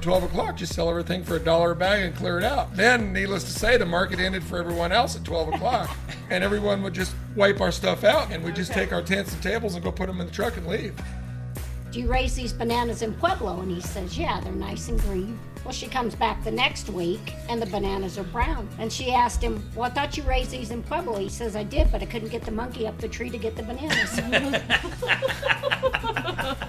12 o'clock, just sell everything for a dollar a bag and clear it out. Then, needless to say, the market ended for everyone else at 12 o'clock, and everyone would just wipe our stuff out, and we just Okay. take our tents and tables and go put them in the truck and leave. Do you raise these bananas in Pueblo? And he says, Yeah, they're nice and green. Well, she comes back the next week and the bananas are brown. And she asked him, Well, I thought you raised these in Pueblo. He says, I did, but I couldn't get the monkey up the tree to get the bananas.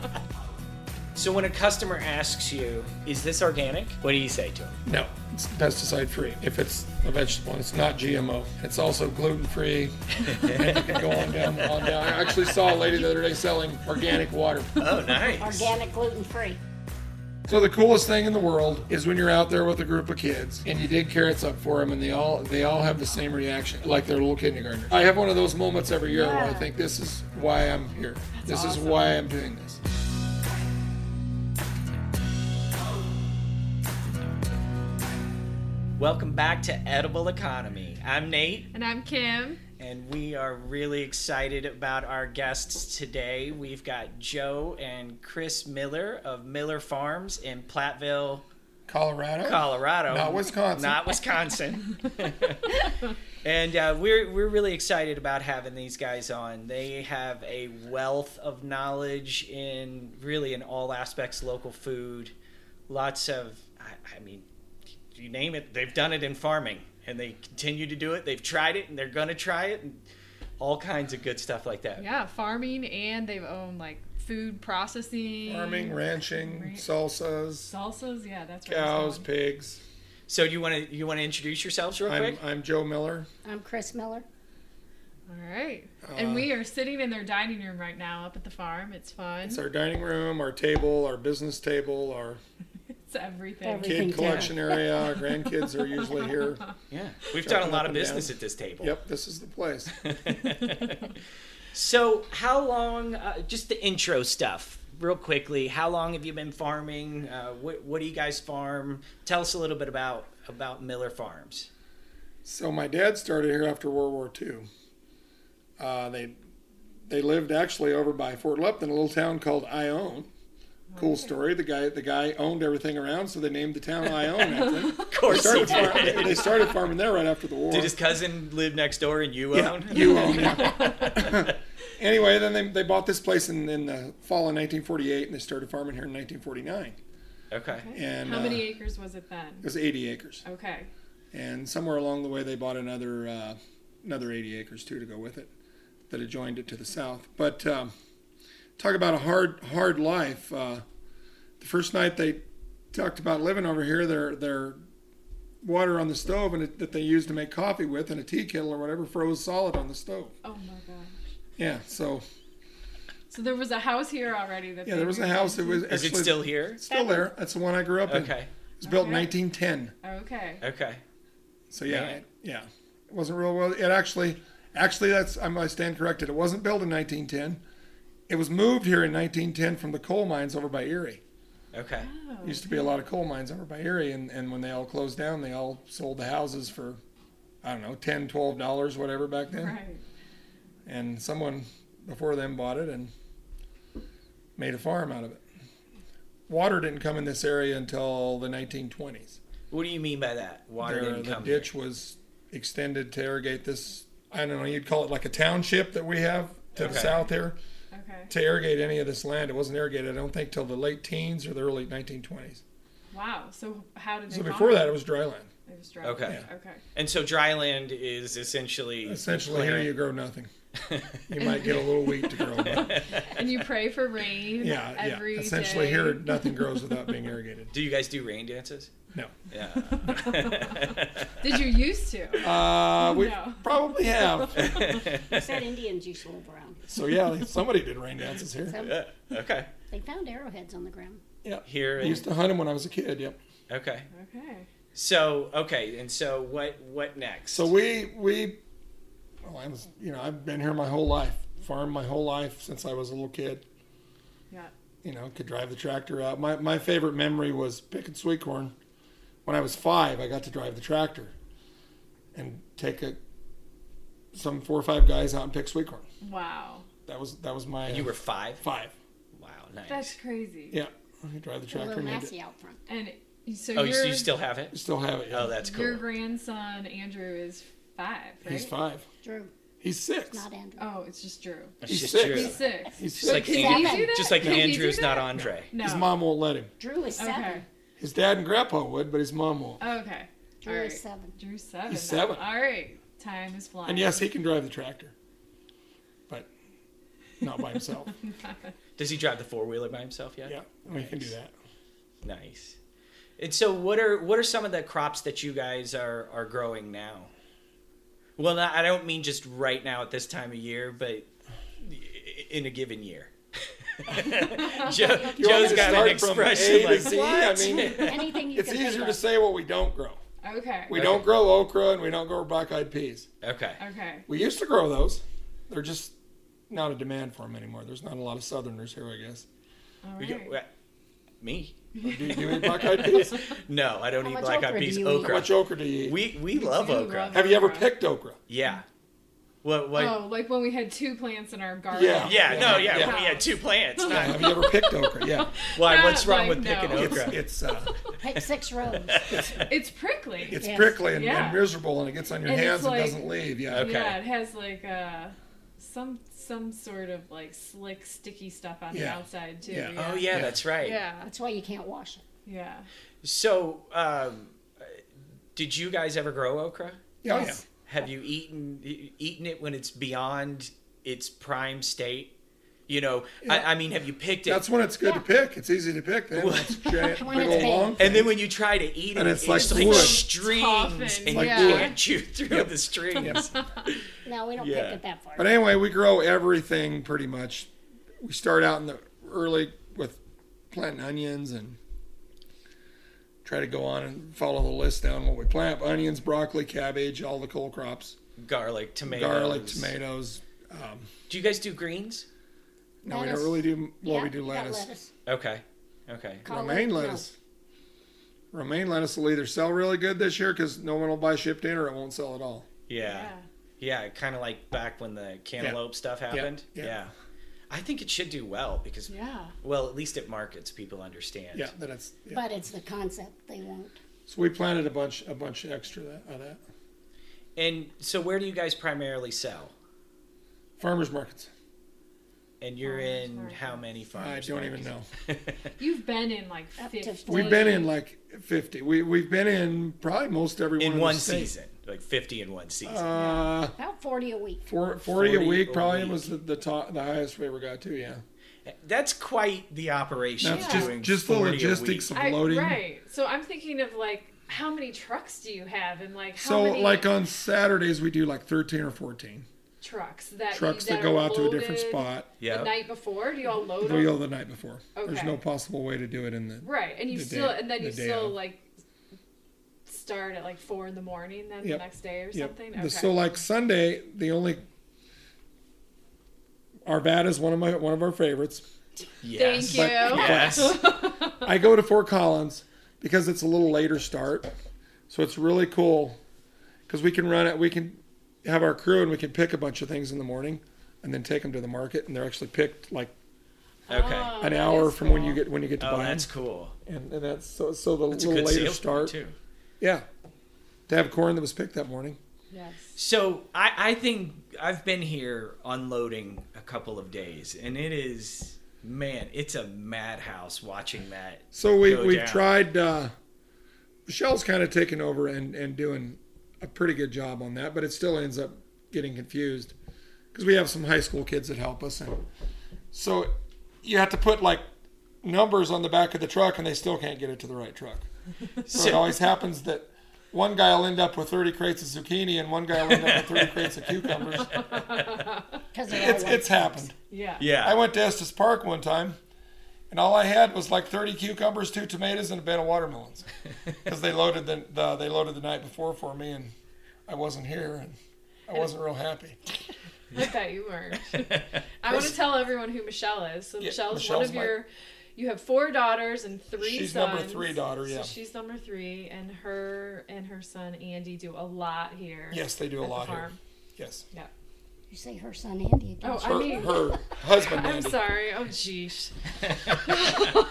So when a customer asks you, "Is this organic?" What do you say to them? No, it's pesticide free. If it's a vegetable, and it's not GMO. It's also gluten free. and you can go on down, on down. I actually saw a lady the other day selling organic water. Oh, nice. Organic, gluten free. So the coolest thing in the world is when you're out there with a group of kids and you dig carrots up for them, and they all they all have the same reaction, like they're little kindergartners. I have one of those moments every year where I think this is why I'm here. this is why I'm doing this. Welcome back to Edible Economy. I'm Nate, And I'm Kim. and we are really excited about our guests today. We've got Joe and Chris Miller of Miller Farms in Platteville, Colorado. Colorado, Not Wisconsin. Not Wisconsin. and uh, we're we're really excited about having these guys on. They have a wealth of knowledge in really in all aspects local food. Lots of, I, I mean, you name it, they've done it in farming, and they continue to do it. They've tried it, and they're gonna try it, and all kinds of good stuff like that. Yeah, farming and they've owned like food processing. Farming, ranching, Right. salsas, Salsas, yeah, that's where I cows, was going. pigs. So do you want to you want to introduce yourselves real I'm, quick? I'm Joe Miller. I'm Chris Miller. All right. Uh, and we are sitting in their dining room right now up at the farm. It's fun. It's, It's our dining room, our table, our business table, our everything. Every- kid Everything collection area. Our grandkids are usually here. Yeah, we've Jumping done a lot up of and business down. at this table. Yep, this is the place. so how long uh, just the intro stuff real quickly how long have you been farming uh, what, what do you guys farm tell us a little bit about about miller farms So my dad started here after World War II. Uh, they they lived actually over by Fort Lupton, a little town called Ione. Cool story. The guy the guy owned everything around, so they named the town Ione after him. of course he Started far- did. they started farming there right after the war. did his cousin live next door and you Yeah, own you own. yeah. anyway, then they, they bought this place in, in the fall of 1948, and they started farming here in 1949. okay And How uh, many It acres was it then? was 80 acres, Okay. and somewhere along the way they bought another uh, another 80 acres too to go with it, that adjoined it to the south. But um, talk about a hard hard life. Uh, the first night they talked about living over here, their their water on the stove and it, that they used to make coffee with and a tea kettle or whatever froze solid on the stove. Oh my gosh. Yeah, so So there was a house here already that Yeah, they there was a were- house. that was is actually it still here still there. That's the one I grew up in. okay It was built in Okay. 1910. Okay. okay So yeah, Man. it, yeah, it wasn't real well. It actually, actually, that's I'm, I stand corrected. It wasn't built in 1910. It was moved here in 1910 from the coal mines over by Erie. okay Oh. Used to be a lot of coal mines over by Erie, and, and when they all closed down, they all sold the houses for, I don't know, 10, 12 dollars, whatever back then. Oh, Right. And someone before them bought it and made a farm out of it. Water didn't come in this area until the 1920s. what do you mean by that water There, didn't the come ditch was extended to irrigate this. I don't know. You'd call it like a township that we have to the Okay. south here Okay. to irrigate any of this land. It wasn't irrigated, I don't think, till the late teens or the early 1920s. Wow. So how did they So farm before that, it was dry land. They just drive. Okay. Yeah. Okay. and so dryland is essentially Essentially, here you grow nothing. You might get a little wheat to grow. But And you pray for rain yeah, yeah. every Essentially, day. here nothing grows without being irrigated. do you guys do rain dances No. yeah Did you used to? Uh, we No. probably have. He said Indians used to live around. So yeah, somebody did rain dances here. So Yeah, okay. they found arrowheads on the ground. Yeah, Here I and used to hunt them when I was a kid. Yep. okay. Okay. So okay, and so what? What next? So we we, well, I was you know I've been here my whole life, farmed my whole life since I was a little kid. Yeah. You know, could drive the tractor out. My my favorite memory was picking sweet corn. When I was five, I got to drive the tractor, and take a some four or five guys out and pick sweet corn. Wow. That was that was my you were five. five. Wow, nice. That's crazy. Yeah, I could drive the A tractor. little and Massey out front. And So Oh, you, your, you still have it? Still have it. yeah. Oh, that's your cool. grandson Andrew is five, right? He's five. Drew, He's six. not Andrew. Oh, it's just Drew. It's He's just six. Drew. He's six. He's Just six. like, Can An- he do that? just like Can he do Andrew's not that? Andre. No. His mom won't let him. Drew is seven. Okay. His dad and grandpa would, but his mom won't. Okay. Drew All right. is seven. Drew's seven. He's now. seven. All right. Time is flying. And yes, he can drive the tractor, but not by himself. Does he drive the four wheeler by himself yet? yeah, we can do that. Nice. And so, what are what are some of the crops that you guys are are growing now? Well, I I don't mean just right now at this time of year, but i- in a given year. Joe, You want me Joe's to got an start expression from A to like Z? I what? mean, Anything you it's can think easier to of. say what we don't grow. Okay. We Okay. don't grow okra and we don't grow black-eyed peas. okay. Okay. We used to grow those. They're just not a demand for them anymore. There's not a lot of Southerners here, I guess. All We right. go- uh, me? Do you, do you eat black-eyed peas? No, I don't How eat much black eyed okra do peas. you eat? How Okra. much okra do you eat? We we love do okra. love- Have you ever Okra. picked okra? Yeah. What what? oh, like when we had two plants in our garden. Yeah. yeah, No. Yeah. Yeah. We had two plants. Yeah, Not, have you ever picked okra? Yeah. why? Not What's wrong like with picking no. It's, okra? it's, uh, Pick six rows. It's prickly. it's Yes. prickly and, Yeah. and miserable and it gets on your And it's hands and like- doesn't leave. Yeah. Okay. Yeah, it has like uh some some sort of like slick sticky stuff on the Yeah. outside too. Yeah. Oh yeah, Yeah. that's right. Yeah. That's why you can't wash it. Yeah. So, um, uh, did you guys ever grow okra? Yeah, Yes. Have you eaten e- eaten it when it's beyond its prime state? You know, I, I mean, have you picked yeah. it? That's when it's good to pick. It's easy to pick. Then Well- it's giant, When big it's old big. long. and then when you try to eat it, And it's, it's like like wood. Tough strings, and- and Like you wood. can't chew through the strings. No, we don't Yeah. pick it that far. But anyway, we grow everything pretty much. We start out in the early with planting onions and try to go on and follow the list down what we plant: onions, broccoli, cabbage, all the cold crops, Garlic, tomatoes. garlic, tomatoes. Um, Do you guys do greens? no, we Lettuce. don't really do. Well, Yeah, we do got lettuce, Okay, okay. Collard, romaine no. lettuce. Romaine lettuce will either sell really good this year because no one will buy shipped in, or it won't sell at all. Yeah, yeah. kind of like back when the cantaloupe stuff happened. Yeah. yeah. I think it should do well because, Yeah. well, at least at markets, people understand. Yeah, that it's. Yeah. But it's the concept they won't. So we planted a bunch, a bunch extra that, of that. And so, where do you guys primarily sell? Farmers markets. And you're Farmers in market. how many I farms? don't even know. You've been in like Up fifty. to We've been in like 50. We, we've been in probably most every one in of one the states. season, like 50 in one season. Uh, About 40 a week. four, 40, a 40 week a probably week. was the, the top, the highest we ever got to. Yeah, That's quite the operation. that's doing just just the 40 a logistics week. of I, loading. right. So I'm thinking of like how many trucks do you have and like how So many like on Saturdays we do like 13 or 14 trucks that trucks you, that, go are out to a different loaded spot. the Yeah. night before. Do you all load We them? go the night before. There's Okay. no possible way to do it in the Right, and you the still day- and then the you day still of. like start at like four in the morning then Yep. the next day or Yep. something. The- Okay. So like Sunday, the only Arvada is one of my one of our favorites. Yes. Thank you. Yes. I go to Fort Collins because it's a little later start, so it's really cool because we can run it. We can have our crew and we can pick a bunch of things in the morning, and then take them to the market. And they're actually picked like okay. Oh, an that hour is from when you cool. get when you get to Oh, buy them. that's cool. And, and that's so so the That's a little good later sales start. too. Yeah, to have corn that was picked that morning. Yes. So I, I think I've been here unloading a couple of days, and it is man, it's a madhouse watching that. So we go we've down. tried. Uh, Michelle's kind of taken over and and doing a pretty good job on that, but it still ends up getting confused because we have some high school kids that help us, and so you have to put like numbers on the back of the truck, and they still can't get it to the right truck. So it always happens that. One guy will end up with 30 crates of zucchini, and one guy will end up with 30 crates of cucumbers. Because they're It's, all like, it's happened. Yeah. Yeah. I went to Estes Park one time, and all I had was like 30 cucumbers, two tomatoes, and a bed of watermelons, because they loaded the, the they loaded the night before for me, and I wasn't here, and I wasn't real happy. I bet you weren't. I want to tell everyone who Michelle is. So Yeah, Michelle's, one Michelle's of my- your. You have four daughters and three She's sons. number three daughter, yeah. So she's number three, and her and her son Andy do a lot here. Yes, they do at a the lot here. farm. Yes, Yep. You say her son Andy again. Oh, Her, I mean, her husband. I'm Andy. sorry. Oh, jeez.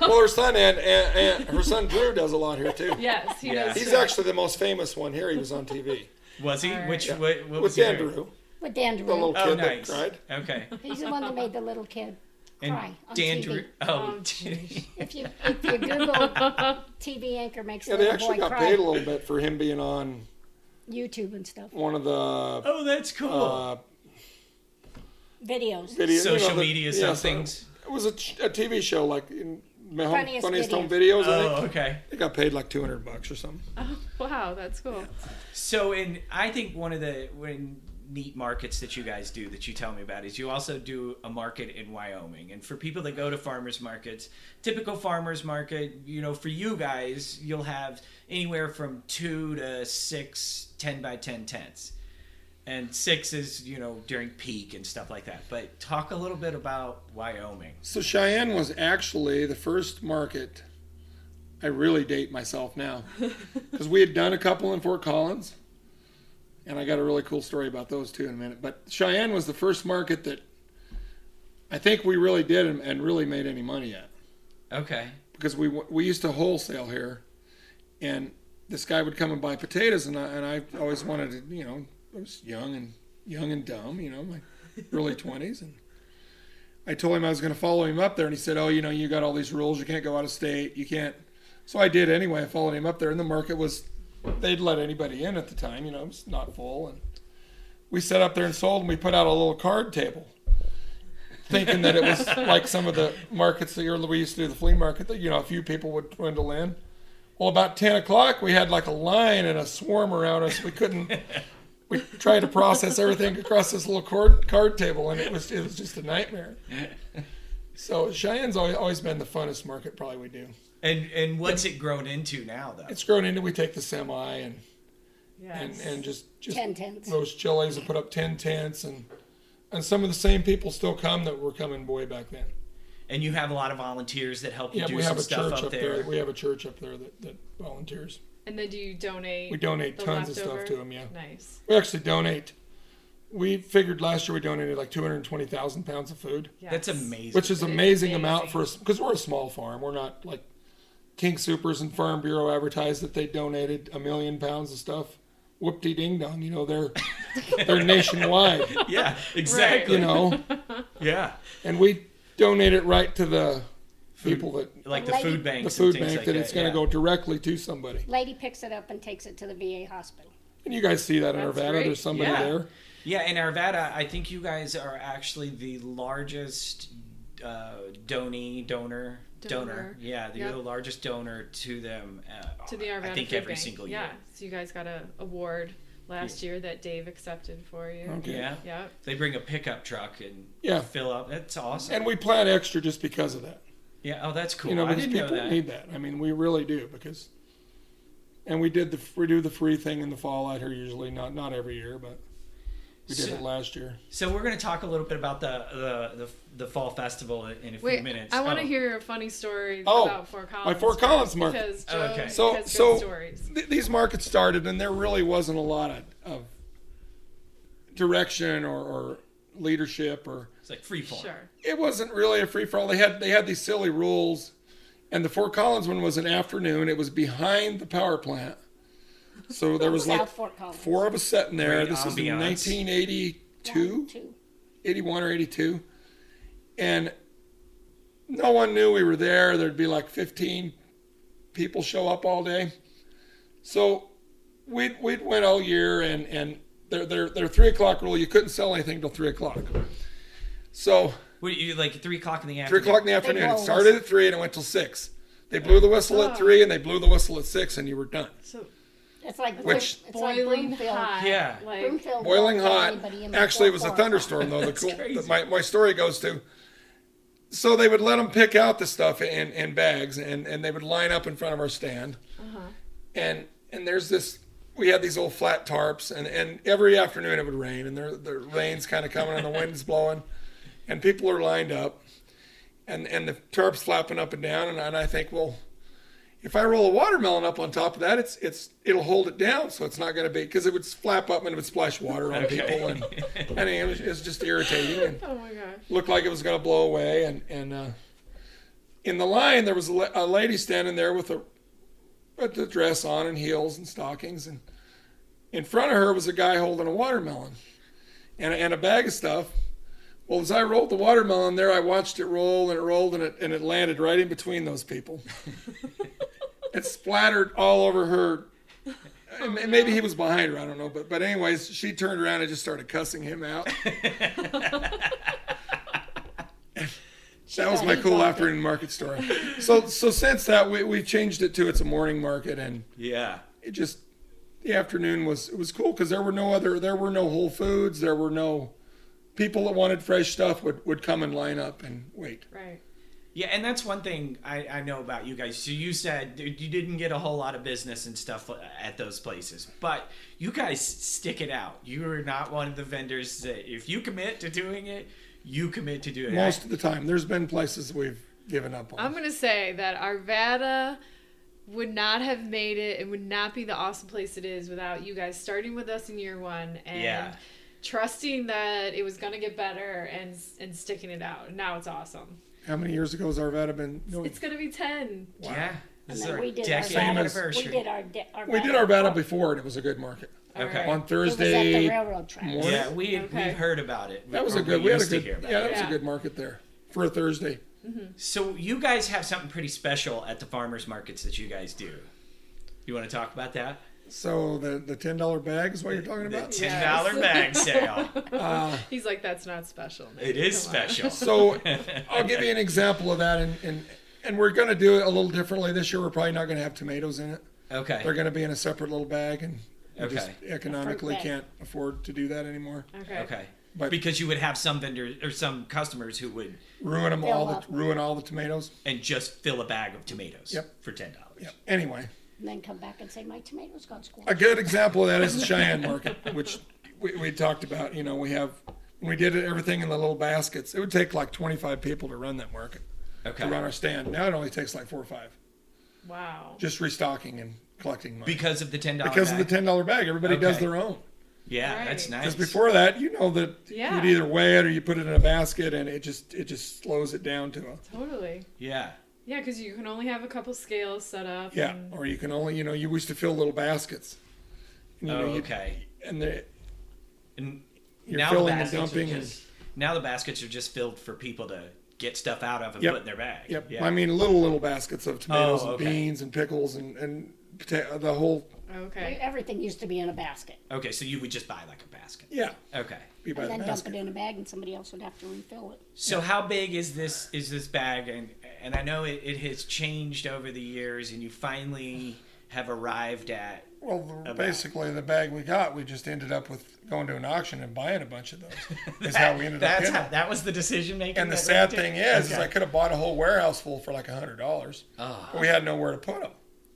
Well, her son and, and, and her son Drew does a lot here too. Yes, he Yeah. does. He's actually the most famous one here. He was on TV Was he? Alright. Which Yeah. what, what with was he? Andrew, With the Dandruff. little Oh, kid nice. that cried. Okay. He's the one that made the little kid cry And on TV. Dandrew. Oh, Oh, If you if you Google TV anchor makes Yeah, they little boy actually got cry, paid a little bit for him being on YouTube and stuff, one of the oh, that's cool. uh, videos. videos. Social you know, the- media yeah, so somethings. It was a, ch- a TV show like in my home, Funniest funniest, home Video. videos. I oh, think. okay. They got paid like two hundred bucks or something. Wow, that's cool. So, and I think one of the when neat markets that you guys do that you tell me about is you also do a market in Wyoming. And for people that go to farmers markets, typical farmers market, you know, for you guys, you'll have anywhere from two to six 10 by 10 tents. And six is, you know, during peak and stuff like that. But talk a little bit about Wyoming. So Cheyenne was actually the first market. I really date myself now because we had done a couple in Fort Collins, and I got a really cool story about those too in a minute. But Cheyenne was the first market that I think we really did and, and really made any money at Okay. because we we used to wholesale here, and this guy would come and buy potatoes, and I and I always wanted to, you know, I was young and young and dumb, you know, my early twenties, and I told him I was going to follow him up there, and he said, "Oh, you know, you got all these rules. You can't go out of state. You can't." So I did anyway. I followed him up there, and the market was they'd let anybody in at the time, you know, it was not full, and we set up there and sold, and we put out a little card table thinking that it was like some of the markets that you're, we used to do the flea market that you know a few people would dwindle in. Well, about ten o'clock, we had like a line and a swarm around us. We couldn't. We tried to process everything across this little card, card table, and it was it was just a nightmare. So Cheyenne's always, always been the funnest market probably we do. And and what's it grown into now though? It's grown into we take the semi and and, Yes. and just just Ten tents. those chilies and put up ten tents and and some of the same people still come that were coming way back then. And you have a lot of volunteers that help you Yeah, do we some have a stuff church up, up, there. there. We have a church up there that, that volunteers. And then do you donate? We donate the tons leftover? of stuff to them. Yeah, Nice. we actually donate. We figured last year we donated like 220,000 pounds of food, Yes. That's amazing. which is That is amazing amount amazing. for us because we're a small farm. We're not like King Supers and Farm Bureau advertised that they donated a million pounds of stuff. Whoop-dee ding dong, you know they're they're nationwide, yeah, exactly. you know, Yeah. and we donate it right to the people that like the Like food the the banks food and things bank like that it's going yeah. to go directly to somebody. Lady picks it up and takes it to the VA hospital. And you guys see that in That's Arvada. great. There's somebody Yeah. there. yeah in arvada i think you guys are actually the largest uh donee donor donor, Donor. yeah you're Yep. the largest donor to them uh, To the Arvada i think Food every Bank. single Yeah. year So you guys got a award last year that Dave accepted for you. Okay. yeah, Yep. they bring a pickup truck and Yeah. fill up that's awesome And we plan extra just because of that. yeah oh that's cool You know, i because didn't know people that need that. I mean, we really do because. And we did the we do the free thing in the fall out here usually not not every year but we did So- it last year. so we're going to talk a little bit about the the, the, the fall festival in a few Wait, minutes I want to Oh. hear a funny story Oh, about Fort Collins. Fort Collins first, market. Because Joe Oh, Okay. So- has so- good stories. Th- these markets started and there really wasn't a lot of, of direction or, or leadership or it's like free fall Sure. it wasn't really a free for all. They had they had these silly rules, and the Fort Collins one was an afternoon. It was behind the power plant, so there was South like Fort Collins. four of us sitting there. Great this was in ambiance. 1982, One, two. 81 or 82, and no one knew we were there. There'd be like 15 people show up all day, so we'd we'd went all year, and and their their their three o'clock rule. You couldn't sell anything till three o'clock, so. what you like three o'clock in the Three afternoon o'clock in the afternoon. blow It a started at three and it went till six. They blew the whistle Oh. at three and they blew the whistle at six, and you were done. So It's like Which- it's like boiling Broomfield. hot. Yeah. Like Broomfield Boiling won't let hot. anybody in Actually, it was before a four o'clock. thunderstorm though. The cool. crazy. my my story goes to. So they would let them pick out the stuff in, in bags, and, and they would line up in front of our stand, Uh-huh. and and there's this. We had these old flat tarps, and, and every afternoon it would rain, and there the rain's kind of coming, and the wind's blowing, and people are lined up, and and the tarps flapping up and down, and, and I think, well, If I roll a watermelon up on top of that, it's it's it'll hold it down, so it's not going to be because it would flap up and it would splash water on Okay. people, and, and it was, it's just irritating and Oh my gosh. looked like it was going to blow away. And and uh, in the line, there was a, la- a lady standing there with a with the dress on and heels and stockings, and in front of her was a guy holding a watermelon and a, and a bag of stuff. Well, as I rolled the watermelon there, I watched it roll and it rolled and it and it landed right in between those people. it splattered all over her. And ma- maybe he was behind her. I don't know, but but anyways, she turned around and just started cussing him out. That was thought my he cool thought afternoon market story. So so since that we we changed it to it's a morning market and Yeah. it just the afternoon was it was cool because there were no other there were no Whole Foods there were no people that wanted fresh stuff would would come and line up and wait. Right. Yeah, and that's one thing I, I know about you guys. So you said that you didn't get a whole lot of business and stuff uh, at those places, but you guys stick it out. You are not one of the vendors that if you commit to doing it, you commit to doing Most it. of the time, there's been places we've given up on. I'm gonna say that Arvada would not have made it and would not be the awesome place it is without you guys starting with us in year one and Yeah. trusting that it was gonna get better and and sticking it out. Now it's awesome. How many years ago has Arvada been? No, It's gonna be ten. Wow. Yeah, this is And then our we did our decade Same as- anniversary. We did our, de- our we did battle. Arvada before, and it was a good market Okay. on It was at the Thursday. railroad track. morning. yeah, we Okay. we've heard about it. that was Or a good. We had a used to good. hear about Yeah, it. that was a Yeah. good market there for a Thursday. So you guys have something pretty special at the farmers markets that you guys do. You want to talk about that? So the the ten dollar bag is what you're talking The about. ten dollar bag sale. Uh, He's like, that's not special. Nick. It is Come on." special. So I'll give you an example of that, and and, and we're going to do it a little differently this year. We're probably not going to have tomatoes in it. Okay. They're going to be in a separate little bag, and we Okay. just economically bag. can't afford to do that anymore. Okay. Okay. But- because you would have some vendors or some customers who would Ruin them Fill all. The, up. ruin all the tomatoes. and just fill a bag of tomatoes Yep. for ten dollars. Yeah. Anyway, And then come back and say, my tomatoes got squashed. a good example of that is the Cheyenne market, which we, we talked about. You know, we have when we did it, everything in the little baskets. It would take like 25 people to run that market to run Okay. our stand. Now it only takes like four or five, Wow. just restocking and collecting money. Because of the ten dollars. because of the ten dollar bag, everybody does Okay. their own. Yeah, Right. that's nice. Because before that, you know that Yeah. you'd either weigh it or you put it in a basket, and it just it just slows it down to a Totally. Yeah. Yeah, because you can only have a couple scales set up. yeah. and- Or you can only you know you wish to fill little baskets. And, you Oh, know, you- okay. And the, And You're now the filling and baskets are dumping and- just now the baskets are just filled for people to get stuff out of and Yep. put in their bag. yep. Yeah. I mean, little little baskets of tomatoes Oh, and okay. beans and pickles and and pota- the whole Okay. Everything used to be in a basket. okay, so you would just buy like a basket. yeah. Okay. Be by And the then dump it basket. in a bag and somebody else would have to refill it. So how big is this is this bag and and I know it, it has changed over the years and you finally have arrived at Well, Oh, the, basically, the bag we got, we just ended up with going to an auction and buying a bunch of those. Is how we ended up that's getting. how, them. that was the decision making And the that sad we did. thing is, is Okay. I could have bought a whole warehouse full for like a hundred dollars. Ah. But we had nowhere to put them.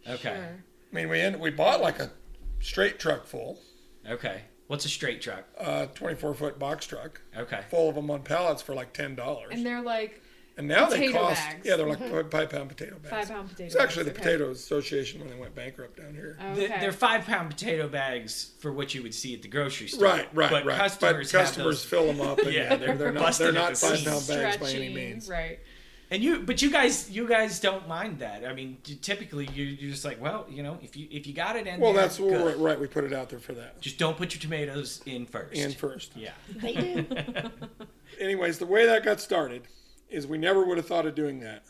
okay Sure. I mean, we end, we bought like a straight truck full, okay what's a straight truck uh, 24 foot box truck, okay full of them on pallets for like ten dollars. And And, they're like now they potato cost bags. Mm-hmm. yeah, they're like five pound potato bags. five pound potatoes. It's actually the Okay. Oh. Potato Association when they went bankrupt down here. Okay. Th- They're five pound potato bags for what you would see at the grocery store. Right, right, but right. Customers but have customers those- fill them up. And Yeah, yeah, they're, they're not busted they're at not the five seams. pound bags by any Stretching, means. Right. and you, but you guys, you guys don't mind that. I mean, you- typically you, you're just like, well, you know, if you if you got it in Well, there, that's what good. we're, right. We put it out there for that. Just don't put your tomatoes in first. In first. yeah. They do. anyways, the way that got started is we never would have thought of doing that.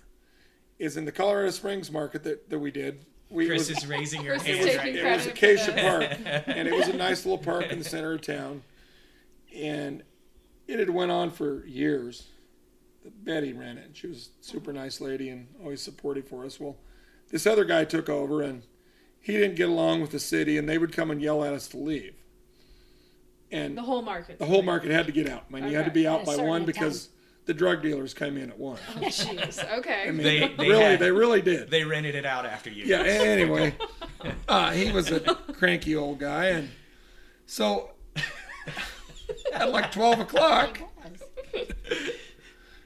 Is in the Colorado Springs market that, that we did. We Chris it was, is raising her Chris is hand taking right it now. was credit. Acacia Park, and it was a nice little park in the center of town, and it had went on for years. Betty ran it. She was a super nice lady and always supportive for us. Well, this other guy took over, and he didn't get along with the city, and they would come and yell at us to leave. And The whole market. the whole market had to get out. I mean, you had to Okay. be out At a by certain one time. because the drug dealers came in at one. Jeez. Okay. I mean, They- they really, had- they really did. They rented it out after you. yeah. a- Anyway, uh, he was a cranky old guy, and so at like twelve o'clock,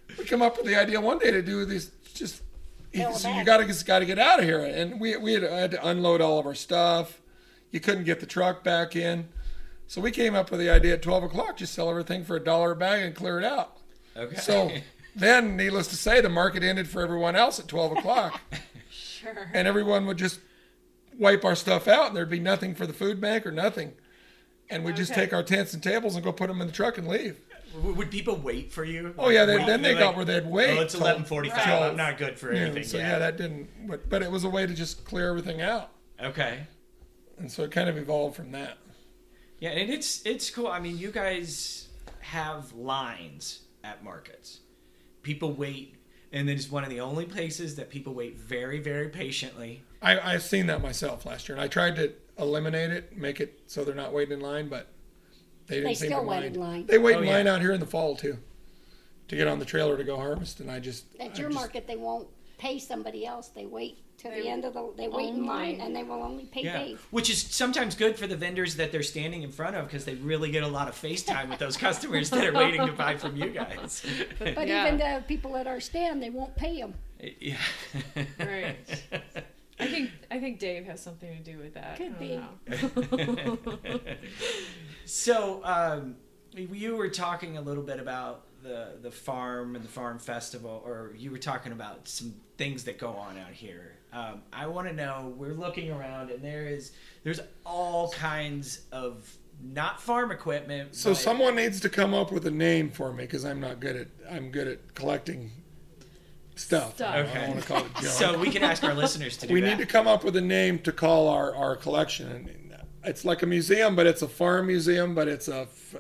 Because we come up with the idea one day to do these just he, Hell, so man. you got to got to get out of here. And we we had, had to unload all of our stuff. You couldn't get the truck back in, so we came up with the idea at twelve o'clock: just sell everything for a dollar a bag and clear it out. Okay. So then, needless to say, the market ended for everyone else at twelve o'clock, Sure. and everyone would just wipe our stuff out, and there'd be nothing for the food bank or nothing. And we would just Okay. take our tents and tables and go put them in the truck and leave. W- Would people wait for you? Oh yeah, Like, then, wait, then they they're got like, where they'd wait. Oh, it's till- eleven forty-five. Right. I'm not good for you know, anything. so yeah. yet. that didn't. But, but it was a way to just clear everything out, Okay. and so it kind of evolved from that. Yeah, and it's it's cool. I mean, you guys have lines at markets. People wait, and it is one of the only places that people wait very, very patiently. I, I've seen that myself last year, and I tried to eliminate it, make it so they're not waiting in line, but they didn't They seem still to wait mind. in line. They wait Oh, in yeah. line out here in the fall too, to get on the trailer to go harvest, and I just At I your just- market, they won't pay somebody else. They wait till They the end of the, they wait in only- line and they will only pay Yeah, Dave. which is sometimes good for the vendors that they're standing in front of because they really get a lot of face time with those customers that are waiting to buy from you guys. But Yeah. even the people at our stand, they won't pay them. yeah. Right. I think I think Dave has something to do with that. Could I be. don't know. So um, you were talking a little bit about the the farm and the farm festival, or you were talking about some things that go on out here. Um, I want to know. We're looking around, and there is there's all kinds of not farm equipment. So but- someone needs to come up with a name for me because I'm not good at I'm good at collecting stuff. Stuff. I, Okay. want to call it junk. So we can ask our listeners to do we that. need to come up with a name to call our, our collection. And It's like a museum, but it's a farm museum, but it's a, f-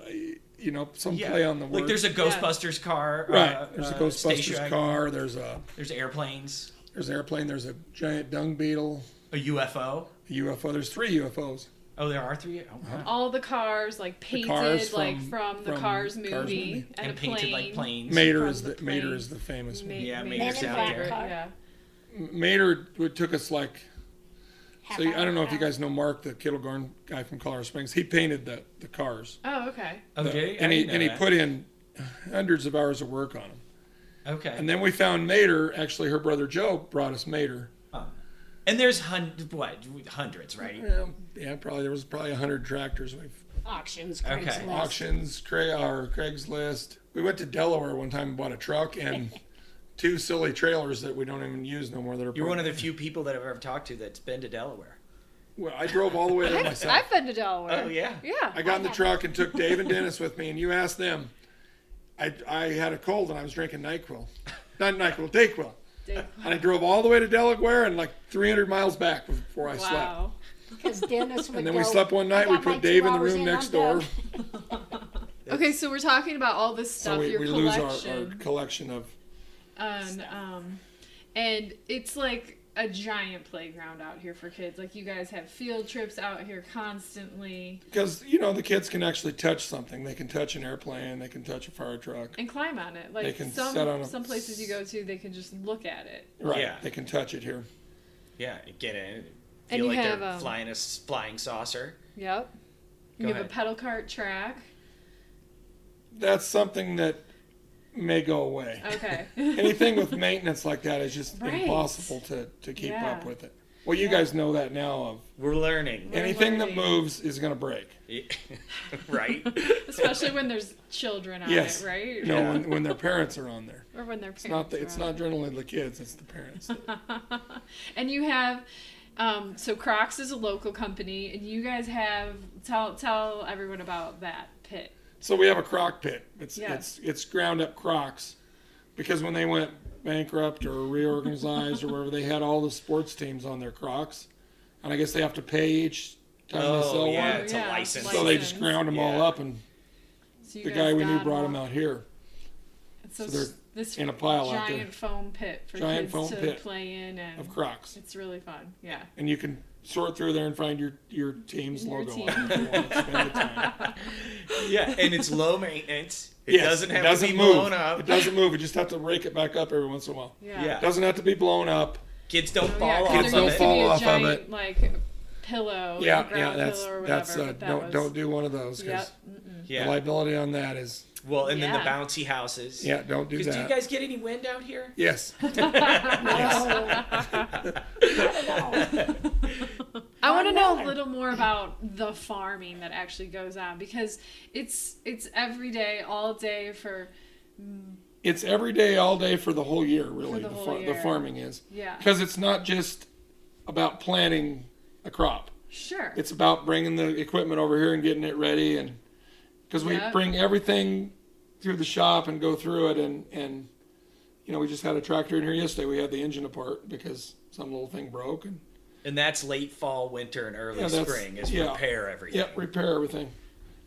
you know, some yeah. play on the word. like there's a Ghostbusters car. right. uh, there's a uh, Ghostbusters station wagon, car. There's a There's airplanes. there's an airplane. There's a giant dung beetle, A UFO. a UFO. There's three UFOs. Oh, there are three. Oh, Uh-huh. wow. All the cars like painted cars like from- from the from Cars Cars movie, movie. and, and a painted plane. like planes. Mater From is the, the Mater plane. is the famous Ma- one. Yeah, ma- Mater's Men in out Black there. car. Yeah. Mater would took us like Half so. you- I hour don't know if you drive. guys know Mark, the Kittlegarn guy from Colorado Springs. He painted the the cars. Oh, okay. Oh, did he? I And he didn't know and he that. put in hundreds of hours of work on them. Okay. And then we found Mater. Actually, her brother Joe brought us Mater. Huh. And there's hun- what hundreds, right? Yeah, yeah, probably there was probably a hundred tractors. We've Auctions, Okay. Craigslist. auctions, Cray or Craigslist. We went to Delaware one time and bought a truck and two silly trailers that we don't even use no more. That are You're one of the few people that I've ever talked to that's been to Delaware. Well, I drove all the way there myself. I've been to Delaware. Oh, yeah. I Yeah. got in the truck and took Dave and Dennis with me, and you asked them. I, I had a cold and I was drinking Nyquil, not Nyquil, Dayquil, Dave. and I drove all the way to Delaware and like 300 miles back before I slept. Wow. Because Dennis would And then we go, slept one "I night. We got my put Dave two in the hours room next I'm door. done." Okay, so we're talking about all this stuff, so we, your we lose our, our collection, collection of and um, and it's like a giant playground out here for kids. Like you guys have field trips out here constantly because you know the kids can actually touch something they can touch an airplane they can touch a fire truck and climb on it. Like They can some sit on a- some places you go to, they can just look at it. right Yeah. they can touch it here Yeah, get in. And Feel you like have, they're um, flying a s- flying saucer. Yep. You Go have ahead. a pedal cart track. that's something that may go away Okay. anything with maintenance like that is just Right. impossible to, to keep up Yeah. with it well you guys know that now of We're learning, anything that learning. moves is going to break right? Especially when there's children on Yes. it, right? no when, when their parents are on there Or when their it's not parents the, it's are on not generally the kids it's the parents it. and you have um, so Crocs is a local company and you guys have tell tell everyone about that pit. So we have a crock pit. It's Yeah. it's it's ground up crocks because when they went bankrupt or reorganized or whatever, they had all the sports teams on their crocs, and I guess they have to pay each time they oh sell yeah, one. it's a Yeah, license. So they just License. ground them all Yeah. up, and So you the guys guy we knew got brought all- them out here. And so, so they're s- this in a pile out giant there. foam pit for Giant kids foam to pit play in and Of crocs, it's really fun. Yeah. and you can sort through there and find your your team's Your logo. team. on it if you want to spend the time. yeah, and it's low maintenance. It Yes, doesn't have to be move. blown up. It doesn't move. You just have to rake it back up every once in a while. Yeah. Yeah. Doesn't have to be blown up. Kids don't Oh, fall yeah, 'cause off Kids there don't of used it. to be fall a off of giant, it. Like pillow. like yeah, a yeah, ground that's pillow or that's whatever, uh, but that don't was- don't do one of those because Yep. the Yeah. liability on that is Well, and then the Yeah. bouncy houses. yeah, don't do 'Cause do you that. guys get any wind out here? yes, Oh. I want to know a Another. little more about the farming that actually goes on because it's it's every day, all day for it's every day, all day for the whole year. Really, the the, whole far- year. the farming is yeah. because it's not just about planting a crop. Sure. It's about bringing the equipment over here and getting it ready, and because we Yeah. bring everything through the shop and go through it, and and you know we just had a tractor in here yesterday. We had the engine apart because some little thing broke, and And that's late fall, winter, and early Yeah, that's- spring is yeah. repair everything. Yep, repair everything.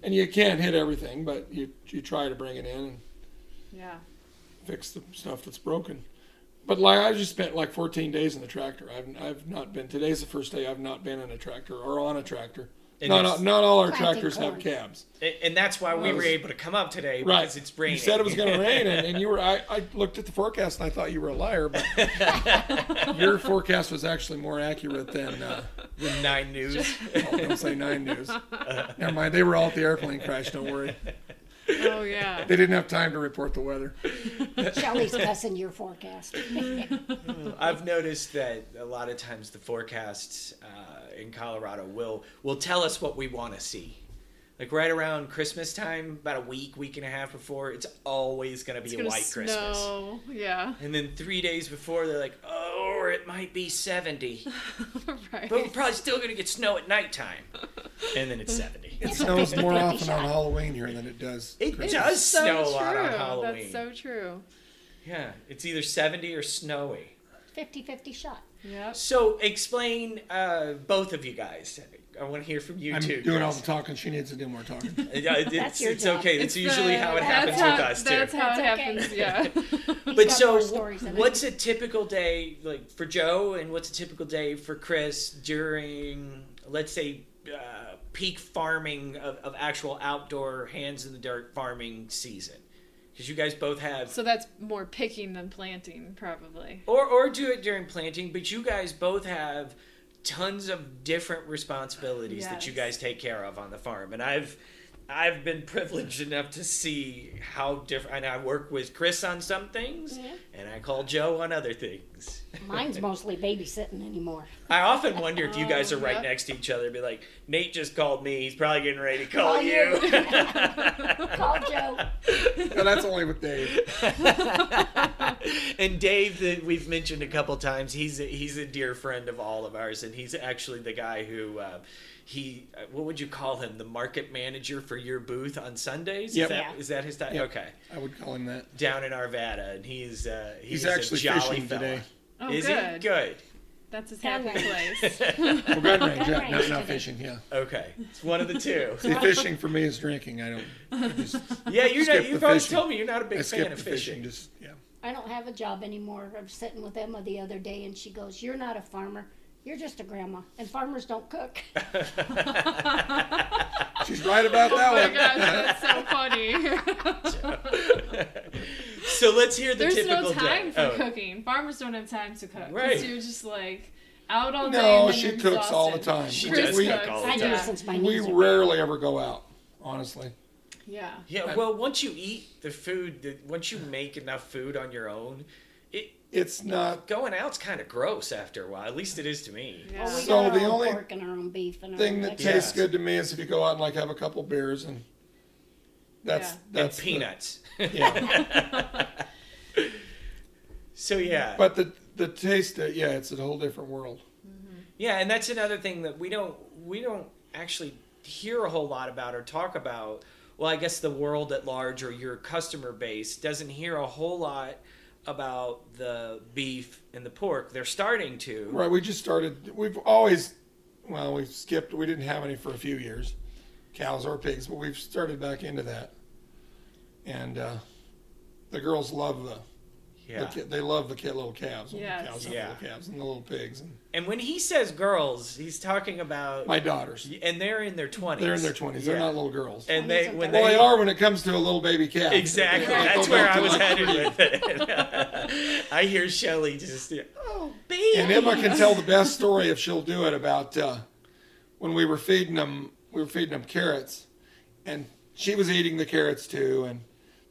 And you can't hit everything, but you you try to bring it in and yeah. fix the stuff that's broken. But like I just spent like 14 days in the tractor. I've I've not been. Today's the first day I've not been in a tractor or on a tractor. And not it's- not all our Planting tractors have corn. cabs. A- And that's why we were able to come up today Right. because it's raining. You said it was going to rain, and, and you were. I, I looked at the forecast and I thought you were a liar, but your forecast was actually more accurate than. Uh, The nine news. well, don't say nine news. Never mind. They were all at the airplane crash. Don't worry. Oh yeah. They didn't have time to report the weather. Shelley's cussing your forecast. I've noticed that a lot of times the forecasts uh, in Colorado will will tell us what we want to see. Like right around Christmas time, about a week, week and a half before, it's always going to be It's a gonna white Christmas. snow. Yeah. And then three days before, they're like, "Oh, it might be 70, right. but we're probably still going to get snow at nighttime." And then it's 70. It snows more often on Halloween here than it does. It Christmas. does so snow a true. lot on Halloween. That's so true. Yeah, it's either 70 or snowy. 50 50 shot. Yep. So explain, uh, both of you guys. I want to hear from you I'm two. doing all Chris. the talking. She needs to do more talking. Yeah, it- it's, That's your it's job. okay. That's It's usually the- how it that's happens how- with us That's too. how it That's okay. happens. Yeah. He's But got so, more stories than I what's a typical day like for Joe, and what's a typical day for Chris during, let's say, uh, peak farming of, of actual outdoor hands in the dirt farming season? Because you guys both have so that's more picking than planting, probably. or or do it during planting but you guys both have tons of different responsibilities that you Yes. guys take care of on the farm and i've i've been privileged enough to see how different and i work with chris on some things Mm-hmm. and i call joe on other things Mine's mostly babysitting anymore. i often wonder if you guys are Oh, right yeah. next to each other and be like nate just called me he's probably getting ready to call Oh, Call you you." Call Joe. no, that's only with Dave. and Dave, that we've mentioned a couple times, he's a, he's a dear friend of all of ours, and he's actually the guy who uh, he uh, what would you call him? The market manager for your booth on Sundays. Yep. Is, that, Yeah. is that his title? Yep. Okay, I would call him that. down in Arvada, and he's uh, he's, He's a actually jolly fishing fella. today. Oh, is good. he good? That's his Sound happy right. place. Well, gun range, Gun yeah, not, range not today. fishing. Yeah, Okay, it's one of the two. see, fishing for me is drinking. I don't. I, just, Yeah, you're Skip not, the you've always fishing. told me you're not a big I fan skip the of fishing. fishing. Just yeah. I don't have a job anymore. I was sitting with Emma the other day and she goes, You're not a farmer. You're just a grandma. And farmers don't cook. She's right about that Oh one. my gosh, that's so funny. so let's hear the There's typical no time day. for Oh, cooking. Farmers don't have time to cook. 'cause Right. You're just like out all day. and No, then she you're cooks all the exhausted. time. She Chris does we cooks. cook all the I time. do since my we knees are rarely ever go out. Honestly, Yeah. Yeah, well, once you eat the food, the, once you make enough food on your own, it it's not. going out's kind of gross after a while. At least it is to me. Yeah. Well, we So got the our own only pork and our own beef and our Thing own that vegetables. tastes Yes. good to me is if you go out and like have a couple beers and. That's Yeah. that's and the- peanuts. yeah. so yeah, But the the taste, uh, yeah, it's a whole different world. yeah, and that's another thing that we don't we don't actually hear a whole lot about or talk about. Well, I guess the world at large or your customer base doesn't hear a whole lot about the beef and the pork. They're starting to. Right, we just started. We've always, well, we've skipped. We didn't have any for a few years, cows or pigs, but we've started back into that. And uh, the girls love the, the Yeah. ca- they love the ca- little calves, and Yes. the cows, and Yeah. the little calves, and the little pigs. And And when he says girls, he's talking about my daughters, and they're in their 20s. they're in their twenties. They're Yeah. not little girls. And they when well, they, they are when it comes to a little baby calf. exactly. They- they That's go where back I to was like- headed with it. I hear Shelly just oh baby. And Emma can tell the best story if she'll do it about uh, when we were feeding them, we were feeding them carrots, and she was eating the carrots too. And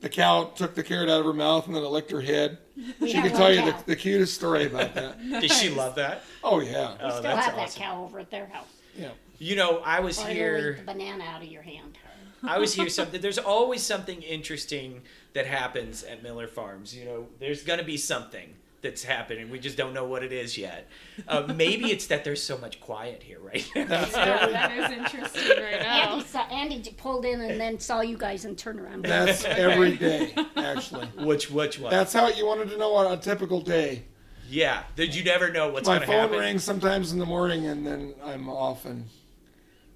the cow took the carrot out of her mouth and then it licked her head. We She have could one tell you the, cow. the cutest story about that. Did she love that? Oh yeah, Oh, Still that's have that Oh, awesome. cow over at their house. yeah. You know, I was Or it'll eat here. the banana out of your hand. I was here. Something. There's always something interesting that happens at Miller Farms. You know, there's gonna be something that's happening. We just don't know what it is yet. Uh, maybe it's that there's so much quiet here right now. Yeah, that is interesting right now. Andy, saw, Andy j- pulled in and then saw you guys and turned around. That's every day, actually. which which one? That's how you wanted to know on a typical day. yeah. Did you never know what's My gonna phone happen? rings sometimes in the morning, and then I'm off and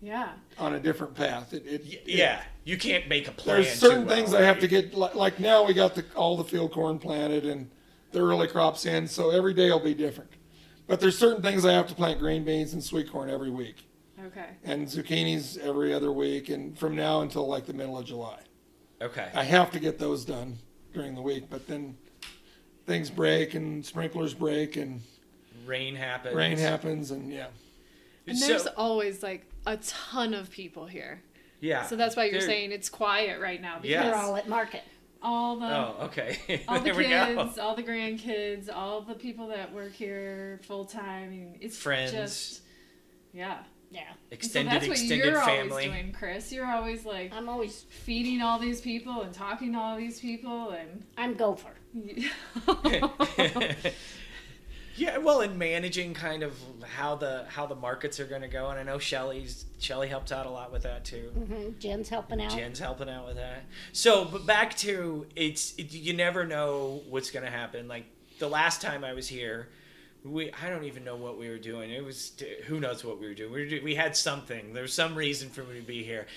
Yeah. on a different path. It, it, Y- it- Yeah. You can't make a plan. uh, there's certain too things well, I have right? to get. Like, like now, we got the, all the field corn planted and the early crops in, so every day will be different. But there's certain things I have to plant green beans and sweet corn every week, Okay. and zucchinis every other week, and from now until like the middle of July. Okay. I have to get those done during the week, but then things break and sprinklers break and Rain happens. rain happens and yeah. And So- there's always like a ton of people here. Yeah. So that's why you're There- saying it's quiet right now because Yeah. They're all at market. all the Oh, okay. uh, all the there we go. kids, all the grandkids, all the people that work here full time. I mean, It's Friends. Just, yeah. Yeah. And so Extended, that's what extended you're family. always doing, Chris. You're always like I'm always, feeding all these people and talking to all these people and. I'm gopher. yeah, well, in managing kind of how the how the markets are going to go, and I know Shelly's Shelly helps out a lot with that too. hmm Jen's helping out. Jen's helping out with that. So, but back to it's it, you never know what's going to happen. Like the last time I was here, we I don't even know what we were doing. It was who knows what we were doing. We were, do- we had something. There was some reason for me to be here.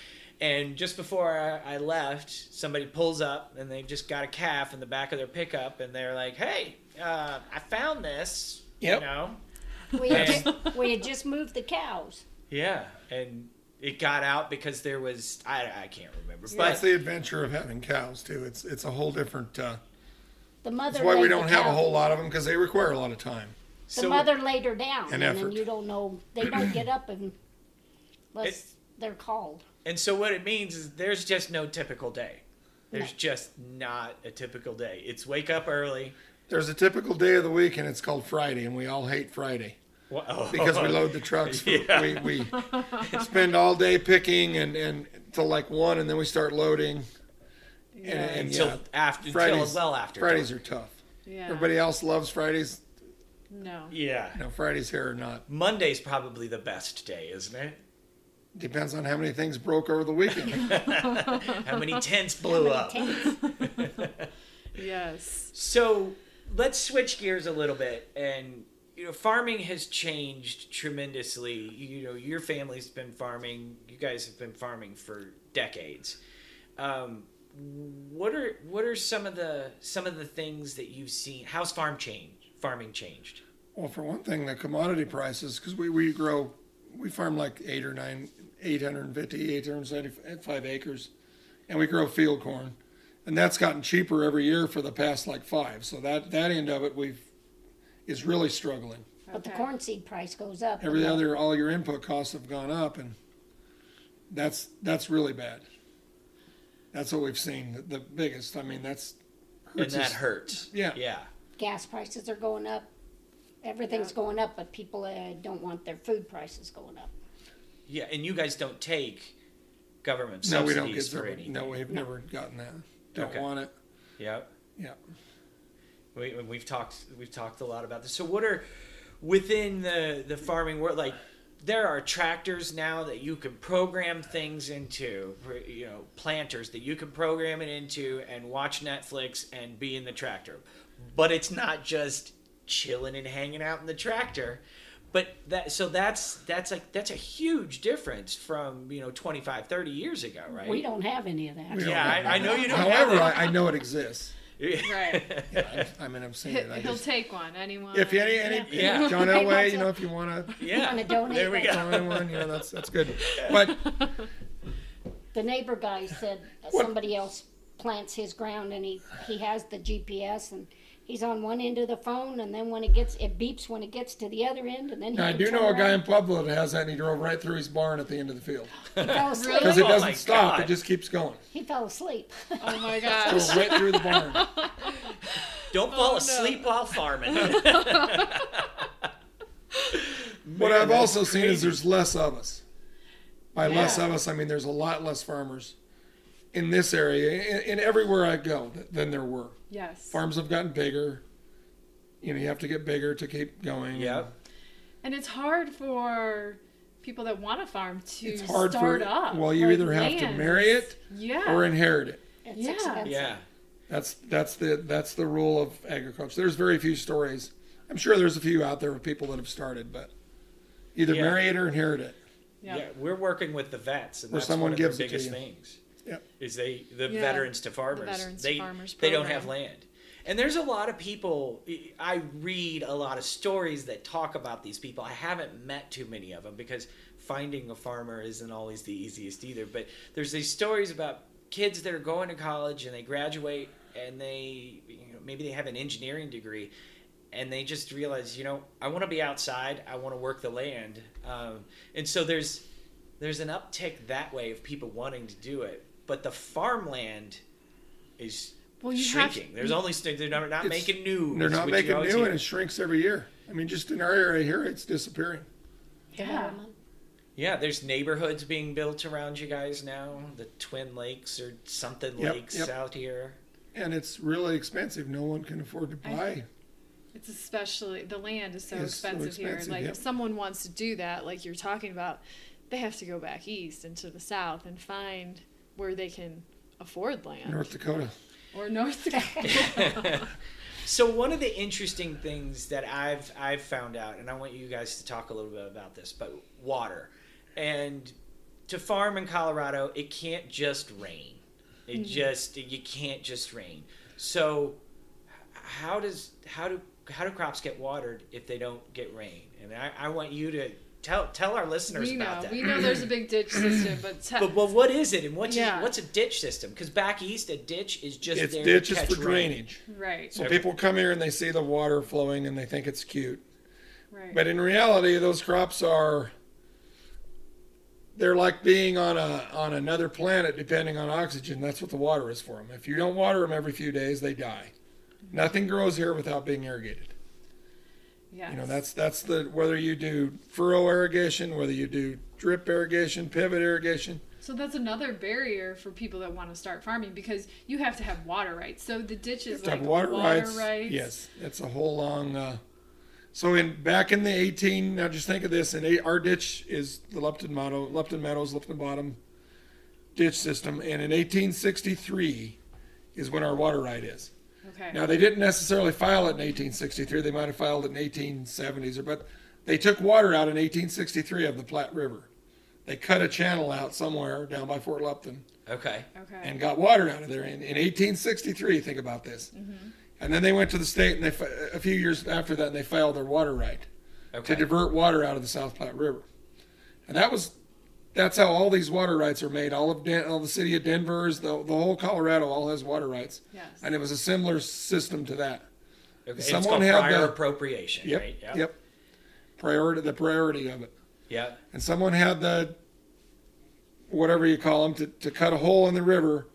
And just before I, I left, somebody pulls up and they've just got a calf in the back of their pickup, and they're like, "Hey, uh, I found this." Yep. You know. We had, Yes. ju- we had just moved the cows. Yeah, and it got out because there was I, I can't remember, That's but the adventure of having cows too. It's it's a whole different. Uh, The mother. that's why we laid don't the have a cow- whole lot of them because they require a lot of time. The so- mother laid her down, An and, then effort. you don't know. They don't get up and unless they're called. And so what it means is there's just no typical day. There's No. just not a typical day. It's wake up early. There's a typical day of the week and it's called Friday, and we all hate Friday Wha- oh. because we load the trucks. For, Yeah. We we spend all day picking and and till like one, and then we start loading. And, and until yeah, after Fridays- until well after Fridays are tough. Yeah. Everybody else loves Fridays. No. Yeah. No, Fridays here are not. Monday's probably the best day, isn't it? Depends on how many things broke over the weekend. How many tents blew up? Yes. So let's switch gears a little bit, and you know, farming has changed tremendously. You know, your family's been farming. You guys have been farming for decades. Um, what are what are some of the some of the things that you've seen? How's farm change? Farming changed. well, for one thing, the commodity prices, because we, we grow, we farm like eight or nine, 850, 875 acres, and we grow field corn. And that's gotten cheaper every year for the past like five. So that, that end of it we've is really struggling. But the Okay. corn seed price goes up. Every other all your input costs have gone up and that's that's really bad. That's what we've seen. The, the biggest. I mean that's And hurts that us hurts. yeah. Yeah. gas prices are going up. Everything's going up, but people uh, don't want their food prices going up. Yeah. And you guys don't take government No, we subsidies don't get for subsidy. anything. No, we've never gotten that. Don't Okay. want it. Yep. Yeah. We, and we've talked we've talked a lot about this. So what are within the the farming world like? There are tractors now that you can program things into, you know, planters that you can program it into and watch Netflix and be in the tractor. But it's not just chilling and hanging out in the tractor. But that so that's that's like that's a huge difference from, you know, 25 30 years ago, right? We don't have any of that. We don't yeah, have I, I know you don't However, have I, I know it exists. it. Right. Yeah, I, I mean, I've seen it. I He'll just, take one. Anyone. if you any, any Yeah. John Hey, Elway, what's you know, up? if you want to yeah. gonna donate there we that. go. throw anyone, you know, that's that's good. But The neighbor guy said uh, somebody else plants his ground and he, he has the GPS and He's on one end of the phone, and then when it gets, it beeps when it gets to the other end, and then he Now, I can do turn know a guy around in Pueblo that has that, and he drove right through his barn at the end of the field and fell asleep. because it Oh doesn't my stop; God. it just keeps going. He fell asleep. Oh my Goes gosh. right through the barn. Don't fall asleep while farming. what I've that's also seen is crazy. there's less of us. By less Yeah. of us, I mean there's a lot less farmers in this area and, and everywhere I go th- than there were. yes. Farms have gotten bigger. You know, you have to get bigger to keep going. yep. And it's hard for people that want to farm to It's hard start for up. well, you like, either have to land. marry it yeah, or inherit it. It's Yeah. expensive. Yeah. That's that's the that's the rule of agriculture. There's very few stories. I'm sure there's a few out there of people that have started, but either Yeah. marry it or inherit it. yeah. Yeah, we're working with the vets, and Or that's someone one of gives the it to biggest you. things. Yep. Is they the Yeah, veterans to farmers? veterans to they farmers they don't program. have land, and there's a lot of people. I read a lot of stories that talk about these people. I haven't met too many of them because finding a farmer isn't always the easiest either. But there's these stories about kids that are going to college and they graduate and they you know, maybe they have an engineering degree and they just realize, you know, I want to be outside. I want to work the land, um, and so there's there's an uptick that way of people wanting to do it. But the farmland is Well, you have- shrinking. there's only st- they're not, not It's- making new. They're not which you making always new, hear. and it shrinks every year. I mean, just in our area here, it's disappearing. Development. Yeah, there's neighborhoods being built around you guys now. The Twin Lakes or something Yep, lakes yep. out here. and it's really expensive. No one can afford to I- buy. It's especially the land is so It's so expensive, expensive, here. Like yep. if someone wants to do that, like you're talking about, they have to go back east into the south and find where they can afford land North Dakota. or North Dakota. So one of the interesting things that I've I've found out, and I want you guys to talk a little bit about this, but water, and to farm in Colorado, it can't just rain. It Hmm. just you can't just rain. So h- how does how do how do crops get watered if they don't get rain? And I, I want you to tell tell our listeners we about know, that. we know there's a big ditch system, but, te- But, but what is it, and what's Yeah. what's a ditch system? Because back east, a ditch is just It's there ditches to catch for rain. drainage. right, So people come here and they see the water flowing and they think it's cute. right, But in reality, those crops are they're like being on a on another planet depending on oxygen. That's what the water is for them. If you don't water them every few days, they die. Nothing grows here without being irrigated. yeah, You know, that's that's the whether you do furrow irrigation, whether you do drip irrigation, pivot irrigation, So that's another barrier for people that want to start farming because you have to have water rights. So the ditch is to like have water, rights. rights. Yes, that's a whole long. Uh, so in back in the 18, now just think of this. And our ditch is the Lupton Meadow, Lupton Meadows, Lupton Bottom ditch system. And in 1863 is when our water right is. Okay. Now they didn't necessarily file it in 1863. They might have filed it in 1870s, or but they took water out in 1863 of the Platte River. They cut a channel out somewhere down by Fort Lupton Okay. okay. and got water out of there in, in 1863. Think about this. And then they went to the state, and they fi- a few years after that, and they filed their water right to Okay. divert water out of the South Platte River. And that was that's how all these water rights are made. All of Den- all the city of Denver's, the, the whole Colorado, all has water rights. Yes. And it was a similar system to that. Okay, it's Someone called had prior the- appropriation, Yep. right? Yep. Priority the priority of it. Yep. And someone had the whatever you call them to, to cut a hole in the river